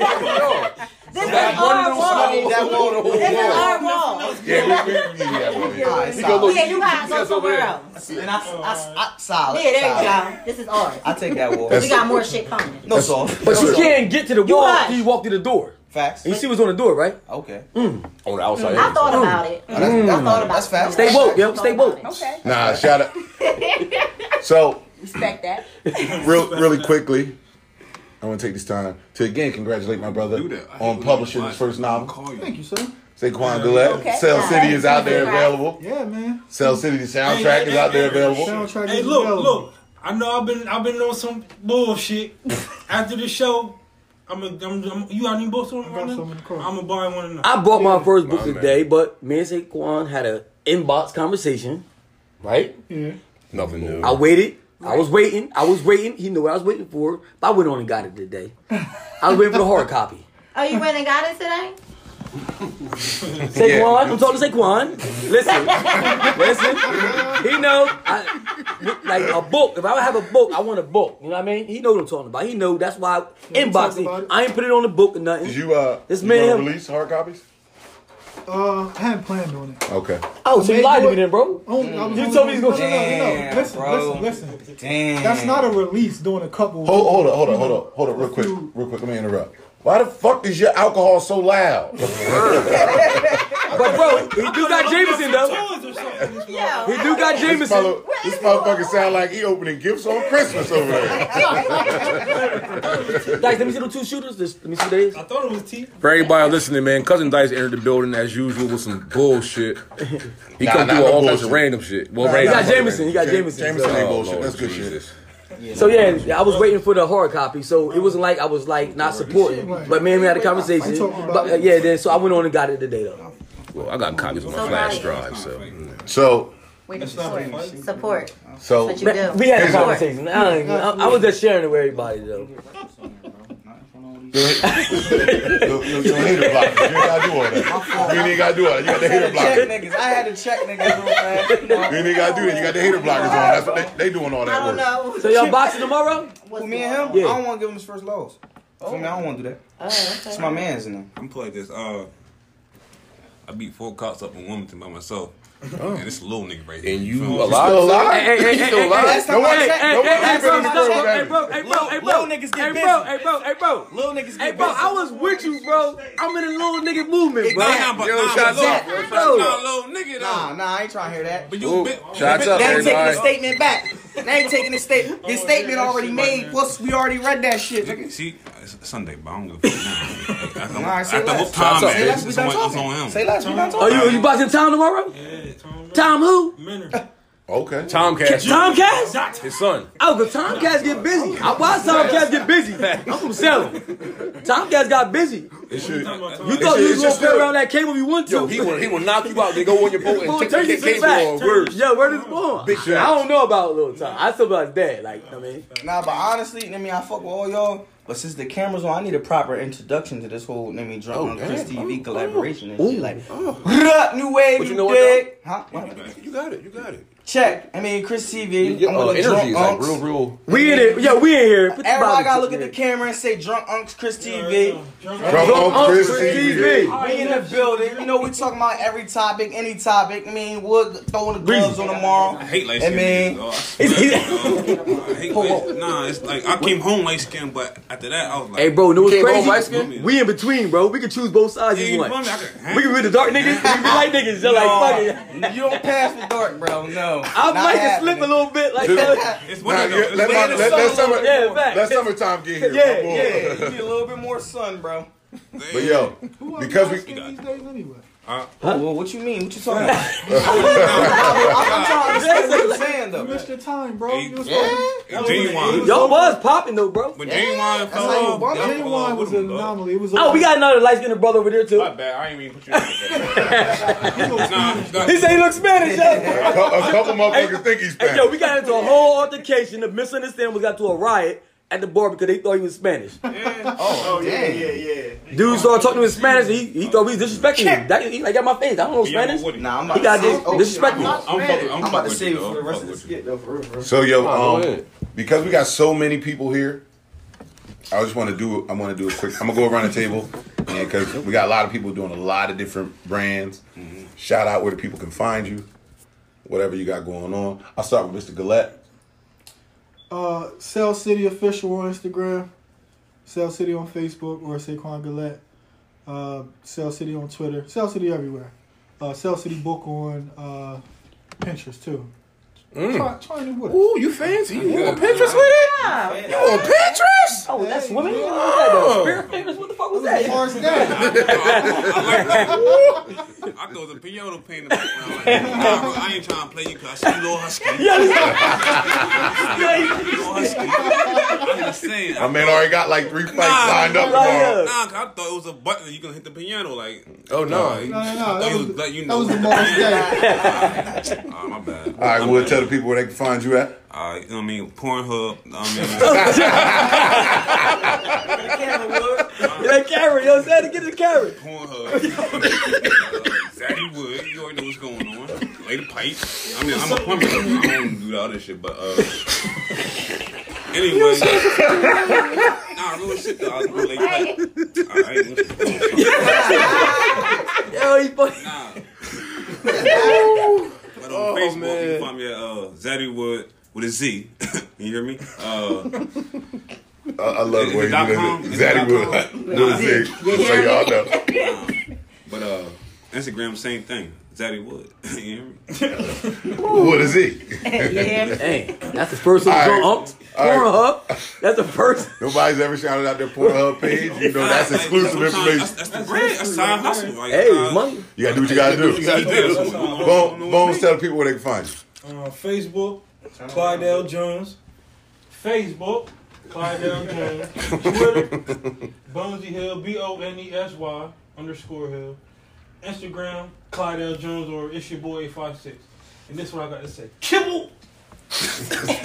Speaker 8: pictures.
Speaker 9: This is our
Speaker 10: Somebody
Speaker 9: wall.
Speaker 10: that wall the whole
Speaker 9: This is
Speaker 10: wall.
Speaker 9: our wall.
Speaker 2: Yeah, we, we, we need that one.
Speaker 10: All
Speaker 2: Yeah.
Speaker 10: right,
Speaker 3: Oh,
Speaker 10: solid.
Speaker 9: Yeah, you guys go somewhere else.
Speaker 10: And I, I, I, solid.
Speaker 9: Yeah,
Speaker 10: solid.
Speaker 9: there you go. This is ours.
Speaker 10: I take that wall.
Speaker 9: We got more shit coming.
Speaker 10: no soft.
Speaker 3: But
Speaker 10: no
Speaker 3: you
Speaker 10: soft.
Speaker 3: can't get to the wall
Speaker 9: hush.
Speaker 3: until you walk through the door.
Speaker 10: Facts.
Speaker 3: And you see what's on the door, right?
Speaker 10: Okay.
Speaker 4: On the outside.
Speaker 9: I thought about it. I
Speaker 10: That's, that's,
Speaker 9: thought about
Speaker 10: that's
Speaker 9: it.
Speaker 10: fast.
Speaker 3: Stay woke, yo. Stay woke.
Speaker 7: Okay.
Speaker 2: Nah, shout out. So,
Speaker 9: Respect that.
Speaker 2: real, really quickly, I want to take this time to again congratulate my brother
Speaker 5: Do that. I hate
Speaker 2: on
Speaker 5: when
Speaker 2: publishing
Speaker 5: they
Speaker 2: his first novel.
Speaker 5: Call you.
Speaker 6: Thank you, sir.
Speaker 2: Saquon Gillette.
Speaker 9: Okay.
Speaker 2: Cell City is out there
Speaker 9: Right.
Speaker 2: available.
Speaker 6: Yeah, man.
Speaker 2: Cell City, the soundtrack is out there available.
Speaker 6: Soundtrack
Speaker 8: Hey,
Speaker 6: is
Speaker 8: look,
Speaker 6: available.
Speaker 8: look. I know I've been I've been on some bullshit. After the show, I'm a, I'm, I'm you got any books on
Speaker 6: got
Speaker 8: right now?
Speaker 6: some in the car.
Speaker 8: I'm gonna buy one of them.
Speaker 3: I bought my first book
Speaker 4: man.
Speaker 3: today, but me and Saquon had an inbox conversation, right?
Speaker 6: Yeah.
Speaker 4: Nothing new.
Speaker 3: I waited. I was waiting. I was waiting. He knew what I was waiting for, but I went on and got it today. I was waiting for the hard copy.
Speaker 9: Oh, you went and got it today?
Speaker 3: Saquon, I'm talking to Saquon. Listen, listen. He knows. I, like a book. If I have a book, I want a book. You know what I mean? He knows what I'm talking about. He know that's why I
Speaker 6: we talk
Speaker 3: inboxing.
Speaker 6: about it?
Speaker 3: I ain't put it on the book or nothing.
Speaker 2: Did you uh
Speaker 3: This
Speaker 2: you
Speaker 3: man-
Speaker 2: gonna release hard copies?
Speaker 6: Uh, I hadn't planned on it.
Speaker 2: Okay.
Speaker 3: Oh, so you
Speaker 6: Made
Speaker 3: lied to
Speaker 6: do
Speaker 3: me
Speaker 6: it.
Speaker 3: then, bro.
Speaker 6: I only- I was
Speaker 3: You
Speaker 6: only-
Speaker 3: told me he's gonna-
Speaker 6: no, no, no,
Speaker 10: Damn,
Speaker 6: no. Listen,
Speaker 10: bro.
Speaker 6: listen, listen.
Speaker 10: Damn.
Speaker 6: That's not a release doing a couple.
Speaker 2: Hold, hold on, hold on, hold on, hold on, real quick, real quick. Let me interrupt. Why the fuck is your alcohol so loud?
Speaker 3: But bro, he do got Jameson though.
Speaker 9: Yo.
Speaker 3: He do got
Speaker 2: This,
Speaker 3: Jameson.
Speaker 2: mother, this motherfucker sound like he opening gifts on Christmas over there.
Speaker 3: Guys, let me see the two shooters. This, let me see what they is.
Speaker 8: I thought it was T.
Speaker 4: For everybody listening, man, cousin Dice entered the building as usual with some bullshit. He
Speaker 2: Nah,
Speaker 4: come
Speaker 2: nah,
Speaker 4: through with
Speaker 2: no
Speaker 4: all kinds of
Speaker 2: bullshit.
Speaker 4: random shit. Well,
Speaker 3: He
Speaker 4: random.
Speaker 3: got Jameson. He got Jameson.
Speaker 2: Jameson ain't
Speaker 4: Oh,
Speaker 2: bullshit.
Speaker 4: Lord
Speaker 2: That's good shit.
Speaker 4: Jesus.
Speaker 3: So yeah, I was waiting for the hard copy. So it wasn't like I was like not supporting, but man, we had a conversation. But uh, yeah, then so I went on and got it today though.
Speaker 4: Well, I got copies on my
Speaker 9: So
Speaker 4: flash
Speaker 9: right.
Speaker 4: drive, so.
Speaker 2: So,
Speaker 9: We need support. Support.
Speaker 2: so
Speaker 9: That's what you do.
Speaker 3: We had a
Speaker 2: Here's what-
Speaker 3: conversation. I, don't even- I, I was just sharing it with everybody though.
Speaker 2: your, your, your hater block. You ain't gotta do all that. You ain't gotta do all that. You got the hater
Speaker 10: Check
Speaker 2: blockers.
Speaker 10: niggas. I had to check niggas real fast. You know,
Speaker 2: You ain't gotta do that. You got the hater blockers on. That's what they, they doing all
Speaker 10: I
Speaker 2: that
Speaker 10: don't
Speaker 2: work.
Speaker 10: know.
Speaker 3: So y'all boxing tomorrow?
Speaker 10: Who, me and him?
Speaker 3: Yeah.
Speaker 10: I don't want to give him his first loss. I mean, I don't want to do that. It's my man's in there.
Speaker 5: I'm play this. Uh, I beat four cops up in Wilmington by myself, and it's a little nigga right here.
Speaker 4: And
Speaker 5: feel
Speaker 4: you
Speaker 5: me?
Speaker 4: alive?
Speaker 2: Still alive?
Speaker 3: Hey, hey, hey,
Speaker 2: Still
Speaker 3: hey,
Speaker 2: alive?
Speaker 10: hey,
Speaker 2: No one,
Speaker 10: hey, hey,
Speaker 2: no one
Speaker 10: hey, hey,
Speaker 2: been in the
Speaker 10: hey,
Speaker 2: club.
Speaker 10: hey,
Speaker 2: ever.
Speaker 3: hey,
Speaker 10: Little niggas get busy.
Speaker 3: bro, hey, bro.
Speaker 10: Little niggas
Speaker 3: Hey
Speaker 10: get
Speaker 3: bro,
Speaker 10: busy.
Speaker 3: I was with you, bro. I'm in a little nigga movement, bro.
Speaker 5: Nah, nah, but
Speaker 4: Yo,
Speaker 5: nah,
Speaker 4: shots
Speaker 5: but
Speaker 4: up.
Speaker 5: look,
Speaker 4: Yo,
Speaker 5: nah,
Speaker 3: shots
Speaker 5: little nigga though.
Speaker 10: Nah, nah, I ain't trying to hear that.
Speaker 5: But you,
Speaker 4: Ooh,
Speaker 5: bit-
Speaker 4: shots
Speaker 5: bit-
Speaker 4: up,
Speaker 10: They ain't taking the
Speaker 4: everybody.
Speaker 10: statement back. They ain't taking the
Speaker 8: Oh,
Speaker 10: statement. His statement already made. Plus, we already read that shit. Nigga.
Speaker 5: See, it's Sunday, but I don't give a fuck. now. I don't-
Speaker 10: Nah, I say
Speaker 5: After the whole
Speaker 10: less.
Speaker 5: time,
Speaker 4: Shots up,
Speaker 5: man,
Speaker 10: Say
Speaker 5: it's
Speaker 10: less, we
Speaker 5: it's
Speaker 10: done
Speaker 5: on it's on
Speaker 10: talking. Say
Speaker 5: him.
Speaker 10: less, we done
Speaker 3: Are
Speaker 10: talking.
Speaker 3: Oh, you are you boxing Tom tomorrow?
Speaker 8: Yeah, Tom.
Speaker 3: Tom who?
Speaker 8: Minner.
Speaker 2: Okay.
Speaker 4: Tom Cash,
Speaker 3: Tom Cass?
Speaker 4: his son.
Speaker 3: Oh, cause Tom Cass get busy. I watched Tom Cass get busy. I'm from Selma. Tom Cass got busy.
Speaker 2: It should-
Speaker 3: You thought
Speaker 2: It's-
Speaker 3: you
Speaker 2: it's
Speaker 3: was gonna
Speaker 2: just
Speaker 3: play
Speaker 2: good.
Speaker 3: around that cable you want to.
Speaker 4: Yo, he will, he will knock you out. They go on your boat and
Speaker 3: Boy,
Speaker 4: take
Speaker 3: turn
Speaker 4: the
Speaker 3: this shit
Speaker 4: cable
Speaker 3: back.
Speaker 4: on. Words.
Speaker 3: Yo, where this born?
Speaker 4: Big
Speaker 3: I
Speaker 4: shots.
Speaker 3: don't know about Little Tom. I still about his dad. Like, I mean,
Speaker 10: Nah, but honestly, I mean, I fuck with all y'all. But since the camera's on, I need a proper introduction to this whole, I mean, drunk on Chris TV collaboration and shit. Like, bruh, new wave,
Speaker 4: But you
Speaker 10: you,
Speaker 4: know what,
Speaker 10: dig? Huh?
Speaker 4: You got it. You got it.
Speaker 10: Check. I mean, Chris TV.
Speaker 4: Your
Speaker 10: I'm
Speaker 4: uh,
Speaker 10: with the
Speaker 4: energy is like
Speaker 10: drunk unks.
Speaker 4: real, real.
Speaker 3: we in it. Yo, we in here. Put your
Speaker 10: Everybody
Speaker 3: body
Speaker 10: gotta
Speaker 3: to
Speaker 10: look
Speaker 3: it.
Speaker 10: at the camera and say drunk unks Chris TV.
Speaker 2: Bro,
Speaker 3: Uncle
Speaker 2: oh, Chris TV.
Speaker 3: TV.
Speaker 10: We in the building. You know, we talking about every topic, any topic. I mean, we'll throw the gloves on tomorrow.
Speaker 5: I hate light
Speaker 10: I
Speaker 5: skin.
Speaker 10: mean,
Speaker 5: I hate light. Nah, it's like I came home light skin, but after that, I was like,
Speaker 3: Hey, bro, know what's
Speaker 4: Can't go light
Speaker 3: crazy?
Speaker 4: skin?
Speaker 3: We in between, bro. We can choose both sides
Speaker 5: Hey,
Speaker 3: you
Speaker 5: you
Speaker 3: want.
Speaker 5: feel me? I can-
Speaker 3: We can be the dark niggas. We can be light niggas. Just like fuck it.
Speaker 10: no, you don't pass the dark, bro. No,
Speaker 3: I
Speaker 10: Not
Speaker 3: might can slip
Speaker 10: happening.
Speaker 3: a little bit, like
Speaker 2: This-
Speaker 5: it's one
Speaker 2: Nah,
Speaker 5: of
Speaker 2: yeah,
Speaker 5: those.
Speaker 2: let
Speaker 5: it's
Speaker 2: my-
Speaker 5: one of
Speaker 2: let-
Speaker 5: those-
Speaker 2: let summer-
Speaker 3: Yeah, back.
Speaker 2: let summertime get here.
Speaker 3: Yeah,
Speaker 2: my boy.
Speaker 10: Yeah, you need a little bit more sun, bro.
Speaker 2: But yo, because we
Speaker 6: these days anyway.
Speaker 10: Well, what you mean? What you talking about? I'm, I'm trying to understand what you're saying, though.
Speaker 6: Missed your time, bro. You was
Speaker 5: Genuine.
Speaker 3: y'all was popping though, bro.
Speaker 5: When Genuine fell
Speaker 10: how you
Speaker 5: off,
Speaker 10: bump
Speaker 5: that
Speaker 10: it.
Speaker 5: fell
Speaker 6: Genuine
Speaker 5: off
Speaker 6: was
Speaker 5: with
Speaker 6: an
Speaker 5: him, dog.
Speaker 6: anomaly. It was.
Speaker 3: Oh, we got another light skinned brother over there too.
Speaker 5: My bad. I ain't even put you in that. nah, nah.
Speaker 3: He say he look Spanish. yo.
Speaker 2: a cou- a couple motherfuckers think he's
Speaker 3: Hey, yo, we
Speaker 2: Spanish.
Speaker 3: got into a whole altercation. The misunderstanding was got to a riot at the bar because they thought he was Spanish.
Speaker 10: Oh, yeah, yeah,
Speaker 3: Dude started talking to his Spanish. And he he thought we was disrespecting him. That, he like at my face. I don't know
Speaker 5: Yeah,
Speaker 3: Spanish.
Speaker 5: I'm with it.
Speaker 10: Nah, I'm
Speaker 3: He
Speaker 10: about
Speaker 3: got
Speaker 10: to
Speaker 3: this
Speaker 10: save. Oh,
Speaker 3: disrespectful.
Speaker 10: I'm,
Speaker 5: I'm fucking-
Speaker 10: I'm
Speaker 5: I'm
Speaker 10: about to
Speaker 5: fucking
Speaker 10: save it
Speaker 5: with
Speaker 10: for
Speaker 5: you,
Speaker 10: the rest
Speaker 5: though. I'm
Speaker 10: of the
Speaker 5: fucking with
Speaker 10: skit, though, for real, for real.
Speaker 2: So yo,
Speaker 4: Oh, go
Speaker 2: um,
Speaker 4: ahead.
Speaker 2: because we got so many people here, I just want to do. I want to do a quick. I'm gonna go around the table because we got a lot of people doing a lot of different brands.
Speaker 5: Mm-hmm.
Speaker 2: Shout out where the people can find you, whatever you got going on. I'll start with Mr. Gillette.
Speaker 6: Uh, Cell City official on Instagram, Cell City on Facebook, or Saquon Gillette. Uh, Cell City on Twitter, Cell City everywhere. Uh, Cell City book on uh, Pinterest too. Try, try new wood.
Speaker 4: Ooh, you fancy? You on Pinterest with it?
Speaker 9: Yeah.
Speaker 4: You on Pinterest?
Speaker 3: Oh, that's swimming. What was that? though? Bare fingers. What the fuck was that?
Speaker 6: Mars Day.
Speaker 5: I thought it was a piano pain in the background. Like, nah, bro, I ain't trying to play you because I see Lil Husky.
Speaker 3: Yeah, this-
Speaker 5: Lil Husky. I'm just saying.
Speaker 2: My man already got like three fights lined up.
Speaker 3: Nah,
Speaker 2: tomorrow.
Speaker 3: yeah.
Speaker 5: Nah, 'cause I thought it was a button that you can hit the piano. Like,
Speaker 4: Oh no.
Speaker 6: No, no, no.
Speaker 5: I
Speaker 6: That
Speaker 5: thought it
Speaker 6: was,
Speaker 5: was letting you
Speaker 6: that
Speaker 5: know.
Speaker 6: was the Mars Day.
Speaker 5: Ah, my bad.
Speaker 2: All right, we'll tell the people where they can find you at.
Speaker 5: Uh, you know what I mean? Pornhub. I
Speaker 3: That carrot. Yo, Sandy, get the carrot.
Speaker 5: mean, Pornhub. Zaddy Wood. You already know what's going on. Lay the pipe. I mean, I'm a plumber. I don't do the other shit, but, uh. Anyway. nah, real shit, though. I was gonna lay the pipe. I ain't listening.
Speaker 3: Yo, he funny.
Speaker 5: But on Facebook, you can find me at uh, Zaddy Wood with a Z. you hear me? Uh,
Speaker 2: I, I love the
Speaker 5: Is it
Speaker 2: way you
Speaker 5: dot
Speaker 2: did
Speaker 5: com?
Speaker 2: it.
Speaker 5: Is it
Speaker 2: Zaddy
Speaker 5: dot
Speaker 2: would. No, Z. Just so y'all know.
Speaker 5: but uh, Instagram, same thing. Zaddy Wood. you hear me?
Speaker 2: What is he?
Speaker 7: Yeah.
Speaker 3: Hey, that's the first one.
Speaker 2: All right.
Speaker 3: Right. Pornhub. That's the first.
Speaker 2: Nobody's ever shouted out their Pornhub page. You know that's exclusive
Speaker 5: That's what time-
Speaker 2: information.
Speaker 5: That's, that's the bread. That's side hustle. Like,
Speaker 3: Hey,
Speaker 5: uh,
Speaker 3: money.
Speaker 2: You gotta do what you gotta do.
Speaker 5: do.
Speaker 2: Bones, Bones, tell the people where they can find you.
Speaker 8: Uh, Facebook, Clydell Jones. Facebook, Clydell Jones. Twitter, Bonesy Hill, B O N E S Y underscore Hill. Instagram, Clydell Jones, or it's your boy 856. And this is what I got to say. Kibble!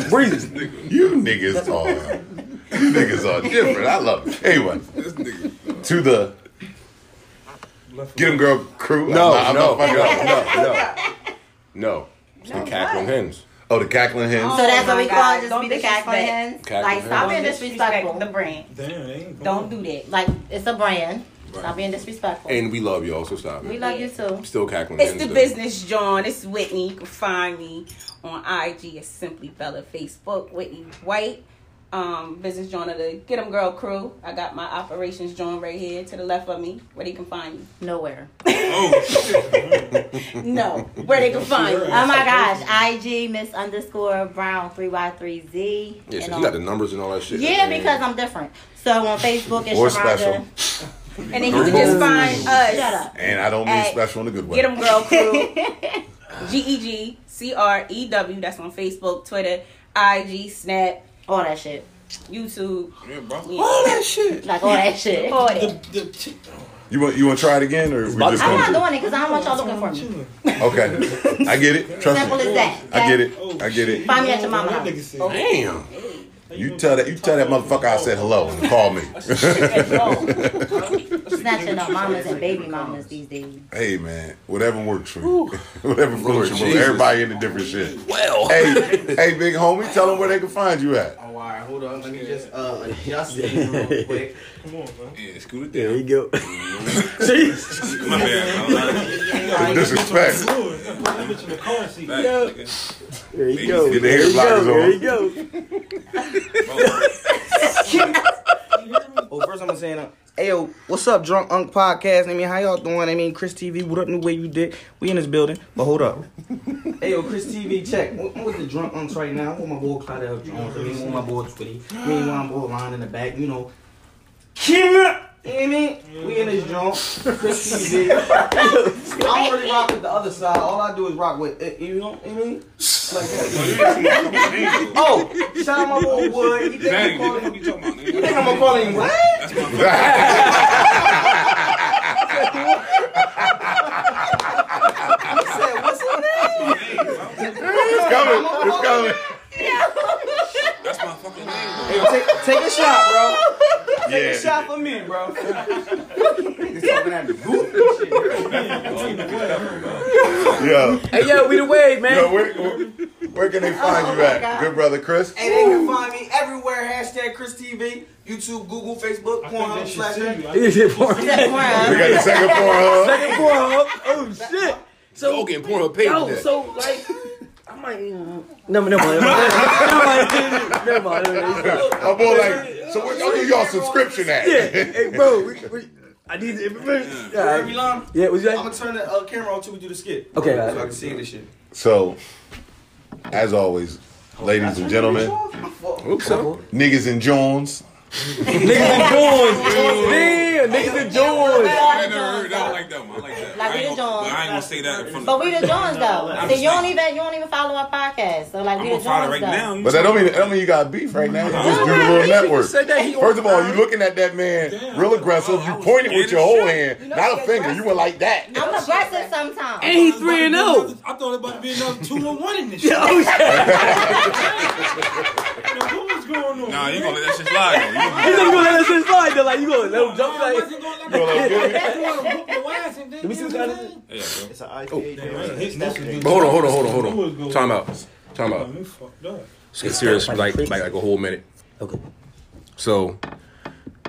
Speaker 3: Breezy.
Speaker 2: You niggas are, you niggas are different. I love it. Anyway, to the Get 'em Girl crew.
Speaker 4: No,
Speaker 2: I'm not,
Speaker 4: no,
Speaker 2: I'm not fucking up.
Speaker 4: no, no, no. It's the cackling hens.
Speaker 2: Oh, the cackling hens.
Speaker 9: So that's what we
Speaker 7: Oh my
Speaker 9: call
Speaker 7: God.
Speaker 9: it, just
Speaker 7: Don't
Speaker 9: be the
Speaker 7: disrespect.
Speaker 9: cackleheads.
Speaker 4: Cackleheads.
Speaker 9: Like, stop being
Speaker 7: Don't disrespect the
Speaker 9: disrespectful.
Speaker 7: brand.
Speaker 8: Damn, they ain't
Speaker 9: Don't do that. Like, it's a brand. Stop being disrespectful.
Speaker 4: And we love y'all, so stop it.
Speaker 9: we love you too.
Speaker 4: Still cackling
Speaker 7: It's
Speaker 4: hens.
Speaker 7: the
Speaker 4: though.
Speaker 7: business, John. It's Whitney. You can find me on IG at Simply Bella, Facebook Whitney White. Um, business John of the Get 'em Girl crew. I got my operations John right here to the left of me. Where they can find me?
Speaker 9: Nowhere.
Speaker 5: Oh,
Speaker 7: No, where they can find me?
Speaker 9: Oh my gosh. IG Miss underscore Brown 3Y3Z.
Speaker 4: Yeah, so
Speaker 9: And
Speaker 4: you
Speaker 9: on-
Speaker 4: got the numbers and all that shit.
Speaker 9: yeah, because I'm different. So on Facebook, it's
Speaker 2: Or
Speaker 9: Sharonda.
Speaker 2: special.
Speaker 7: And then you can just find
Speaker 9: Shut
Speaker 7: us.
Speaker 9: up.
Speaker 2: And I don't mean
Speaker 7: Hey,
Speaker 2: special in a good way.
Speaker 7: Get 'em Girl crew. G E G C R E W. That's on Facebook, Twitter, IG, Snap,
Speaker 9: All that shit.
Speaker 7: YouTube.
Speaker 5: yeah, bro.
Speaker 7: Yeah.
Speaker 8: that shit.
Speaker 9: Like, all that shit.
Speaker 7: All that.
Speaker 8: The, the chick.
Speaker 2: You want you want to try it again or we
Speaker 3: about
Speaker 2: just
Speaker 3: to-
Speaker 9: I'm not
Speaker 2: gonna
Speaker 9: doing it because I don't want y'all looking for me.
Speaker 8: Chilling.
Speaker 2: okay? I get it. Trust
Speaker 9: Simple
Speaker 2: me.
Speaker 9: as that.
Speaker 2: I get it.
Speaker 8: Oh,
Speaker 2: I get it.
Speaker 9: Find me at your
Speaker 8: That
Speaker 9: mama house.
Speaker 8: nigga said,
Speaker 4: Damn.
Speaker 2: You tell that you tell that motherfucker I said hello and call me.
Speaker 9: Snatching up mamas and baby mamas these days.
Speaker 2: Hey man, whatever works for you, whatever
Speaker 4: Lord
Speaker 2: floats your boat.
Speaker 4: Jesus.
Speaker 2: Everybody into different shit.
Speaker 4: Well.
Speaker 2: Hey, hey, big homie, tell them where they can find you at.
Speaker 10: Oh, all right, hold on. Let me just uh, adjust it real quick.
Speaker 8: come on, man.
Speaker 5: Yeah, scoot it
Speaker 3: There
Speaker 5: down.
Speaker 3: you go. Jeez.
Speaker 5: My bad. bro. Like,
Speaker 2: The disrespect.
Speaker 8: Lord, that bitch in the car seat.
Speaker 5: back,
Speaker 3: Yo.
Speaker 5: nigga.
Speaker 3: There you go.
Speaker 2: Get the
Speaker 3: There you go.
Speaker 2: headblockers
Speaker 3: There
Speaker 2: on.
Speaker 3: you go.
Speaker 10: Oh, first I'm gonna say, uh, hey yo, what's up, Drunk Unk Podcast? I mean, how y'all doing? I mean, Chris TV, what up? New way you did? We in this building, but hold up. hey yo, Chris TV, check. What, what with the Drunk Unks right now? I'm with my boy Clydell Jones. I mean, with my boy Twitty. I mean, with my boy Line in the back. You know, Kim. You know what I mean? We in this joint. Chris TV. I don't really rock with the other side. All I do is rock with, uh, you know what I mean? Like that. Oh, shout out my boy Wood. You think I'm
Speaker 5: Dang, nigga,
Speaker 10: calling
Speaker 5: what
Speaker 10: him?
Speaker 5: you talking about,
Speaker 10: You think
Speaker 5: nigga?
Speaker 10: I'm gonna call him what?
Speaker 5: That's my fucking
Speaker 10: I said, what's his name?
Speaker 5: name, bro.
Speaker 2: It's coming. It's coming.
Speaker 5: That's my fucking name, bro.
Speaker 10: Hey, take, take a shot, bro. Take a
Speaker 2: Yeah.
Speaker 10: shot for me, bro. He's talking at me. Who?
Speaker 2: Yo,
Speaker 3: Hey, yo, we the wave, man.
Speaker 2: yo, where, where, where can they find you at? Good brother Chris.
Speaker 10: Hey, they can find me everywhere. Hashtag Chris TV, YouTube, Google, Facebook,
Speaker 8: I think they
Speaker 10: Pornhub,
Speaker 8: should
Speaker 10: slash.
Speaker 8: see you. I
Speaker 3: He said porn.
Speaker 9: That's
Speaker 2: We
Speaker 9: where
Speaker 2: got the second Pornhub.
Speaker 3: Second Pornhub. Oh shit. So
Speaker 4: Y'all getting Pornhub paid
Speaker 3: Yo,
Speaker 4: today.
Speaker 3: so like, I might. No, no, no, no, no, no,
Speaker 2: I'm more like, so where y'all do y'all subscription at?
Speaker 3: Yeah, hey, bro, we, we, I need to.
Speaker 10: Every
Speaker 3: Yeah,
Speaker 10: line.
Speaker 3: yeah was
Speaker 10: I'm
Speaker 3: that?
Speaker 10: gonna turn the uh, camera on till we do the skit.
Speaker 3: Okay,
Speaker 10: so I
Speaker 3: alright.
Speaker 10: can see this shit.
Speaker 2: So, as always, ladies and gentlemen, niggas and Jones,
Speaker 3: Niggas and Jones. Damn, niggas and Jones.
Speaker 5: I ain't never heard that like that, man. I like that.
Speaker 9: Like
Speaker 5: I ain't
Speaker 9: we
Speaker 5: gonna-
Speaker 9: done.
Speaker 5: but I ain't gonna say that in front
Speaker 9: But
Speaker 5: of
Speaker 9: we the Johns though.
Speaker 5: I'm
Speaker 9: See, you
Speaker 5: just-
Speaker 9: don't even you don't even follow our podcast. So like
Speaker 5: I'm
Speaker 9: we
Speaker 5: gonna
Speaker 9: the
Speaker 5: find
Speaker 9: Johns
Speaker 5: it right
Speaker 9: though.
Speaker 5: now.
Speaker 2: but that don't mean that don't mean you got beef right now. You just do a little network.
Speaker 3: Oh, Said that he on
Speaker 2: First of all, you looking at that man real aggressive. You pointed with your whole hand, not a finger. You were like that.
Speaker 9: I'm aggressive sometimes.
Speaker 3: And he three and oh.
Speaker 8: thought it was about to
Speaker 3: zero.
Speaker 8: be another- I thought it was about to be another two and one in this shit.
Speaker 3: Oh shit.
Speaker 8: Now, what was going on?
Speaker 5: Nah, you gonna let that shit slide, though. You gonna-
Speaker 3: You gonna let that shit slide? They're like, you gonna let him
Speaker 8: Nah, I
Speaker 3: jump? Like,
Speaker 8: wasn't gonna
Speaker 2: You know what I'm
Speaker 8: let
Speaker 2: doing?
Speaker 8: Let
Speaker 3: me see what's going
Speaker 5: Yeah, bro.
Speaker 10: It's an IPA.
Speaker 4: But hold on, hold on, hold on, hold on. Time out. Time out.
Speaker 8: You fucked up.
Speaker 4: Let's get serious for like, like like a whole minute.
Speaker 3: Okay.
Speaker 4: So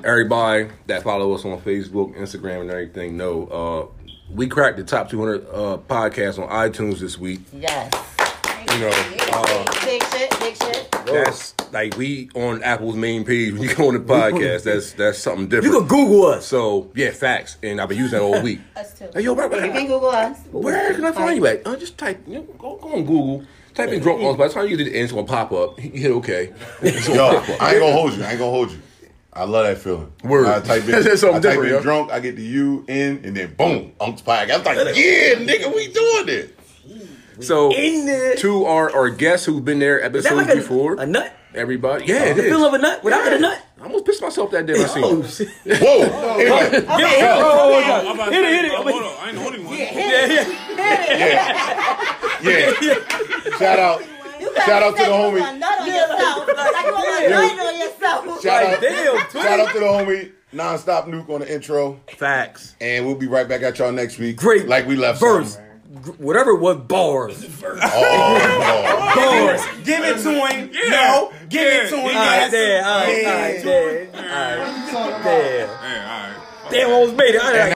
Speaker 4: everybody that follow us on Facebook, Instagram, and everything know uh we cracked the top 200 uh, podcasts on iTunes this week.
Speaker 9: Yes.
Speaker 4: You know, uh,
Speaker 9: Big shit, big shit.
Speaker 4: that's like we on Apple's main page when you go on the podcast. That's that's something
Speaker 3: You
Speaker 4: different.
Speaker 3: can Google us.
Speaker 4: so yeah, facts, and I've been using that all week.
Speaker 7: Us too.
Speaker 4: Hey, yo, where,
Speaker 9: You can
Speaker 4: where,
Speaker 9: Google us.
Speaker 4: where can I find you at? Uh, just type, you know, go, go on Google, type in drunk calls. By the time you get to the end, it's gonna pop up. You hit okay. It's gonna
Speaker 2: Yo,
Speaker 4: pop up.
Speaker 2: I ain't gonna hold you. I ain't gonna hold you. I love that feeling.
Speaker 4: Word.
Speaker 2: I type in,
Speaker 4: That's something
Speaker 2: I type
Speaker 4: different,
Speaker 2: in
Speaker 4: yo.
Speaker 2: drunk, I get the U in, and then boom, Unks Pie. I'm like, yeah, nigga, we doing it.
Speaker 4: So
Speaker 3: In there.
Speaker 4: to our our guests who've been there
Speaker 3: Is that
Speaker 4: episodes
Speaker 3: like a,
Speaker 4: before.
Speaker 3: a nut?
Speaker 4: Everybody, yeah, it
Speaker 3: The
Speaker 4: is.
Speaker 3: feeling of a nut without a nut?
Speaker 4: I almost pissed myself that day when I seen
Speaker 3: Oh,
Speaker 4: it.
Speaker 3: shit.
Speaker 2: Whoa.
Speaker 9: Okay,
Speaker 2: Anyway,
Speaker 5: I'm about to
Speaker 3: Hit it,
Speaker 5: say,
Speaker 3: hit it.
Speaker 5: oh, Hold on, I ain't the only one.
Speaker 2: yeah. Shout out.
Speaker 9: You gotta
Speaker 2: Shout out to
Speaker 9: say
Speaker 2: the
Speaker 9: you
Speaker 2: homie.
Speaker 9: want a Nut on yourself. Like you want a
Speaker 2: Yeah.
Speaker 9: nut on yourself.
Speaker 2: Shout out,
Speaker 3: Damn,
Speaker 2: shout out to the homie Nonstop Nuke on the intro,
Speaker 3: Facts.
Speaker 2: and we'll be right back at y'all next week.
Speaker 3: Great.
Speaker 2: like we left
Speaker 3: Verse.
Speaker 2: something.
Speaker 3: Gr- Whatever it was, bars.
Speaker 2: Oh, Lord.
Speaker 3: Bars.
Speaker 10: Give it to him. No, give it to him.
Speaker 3: Alright,
Speaker 10: Yes.
Speaker 3: there, alright,
Speaker 10: Yeah.
Speaker 3: alright, there. Alright, there.
Speaker 5: Yeah, all right.
Speaker 3: Damn, almost made it. All right.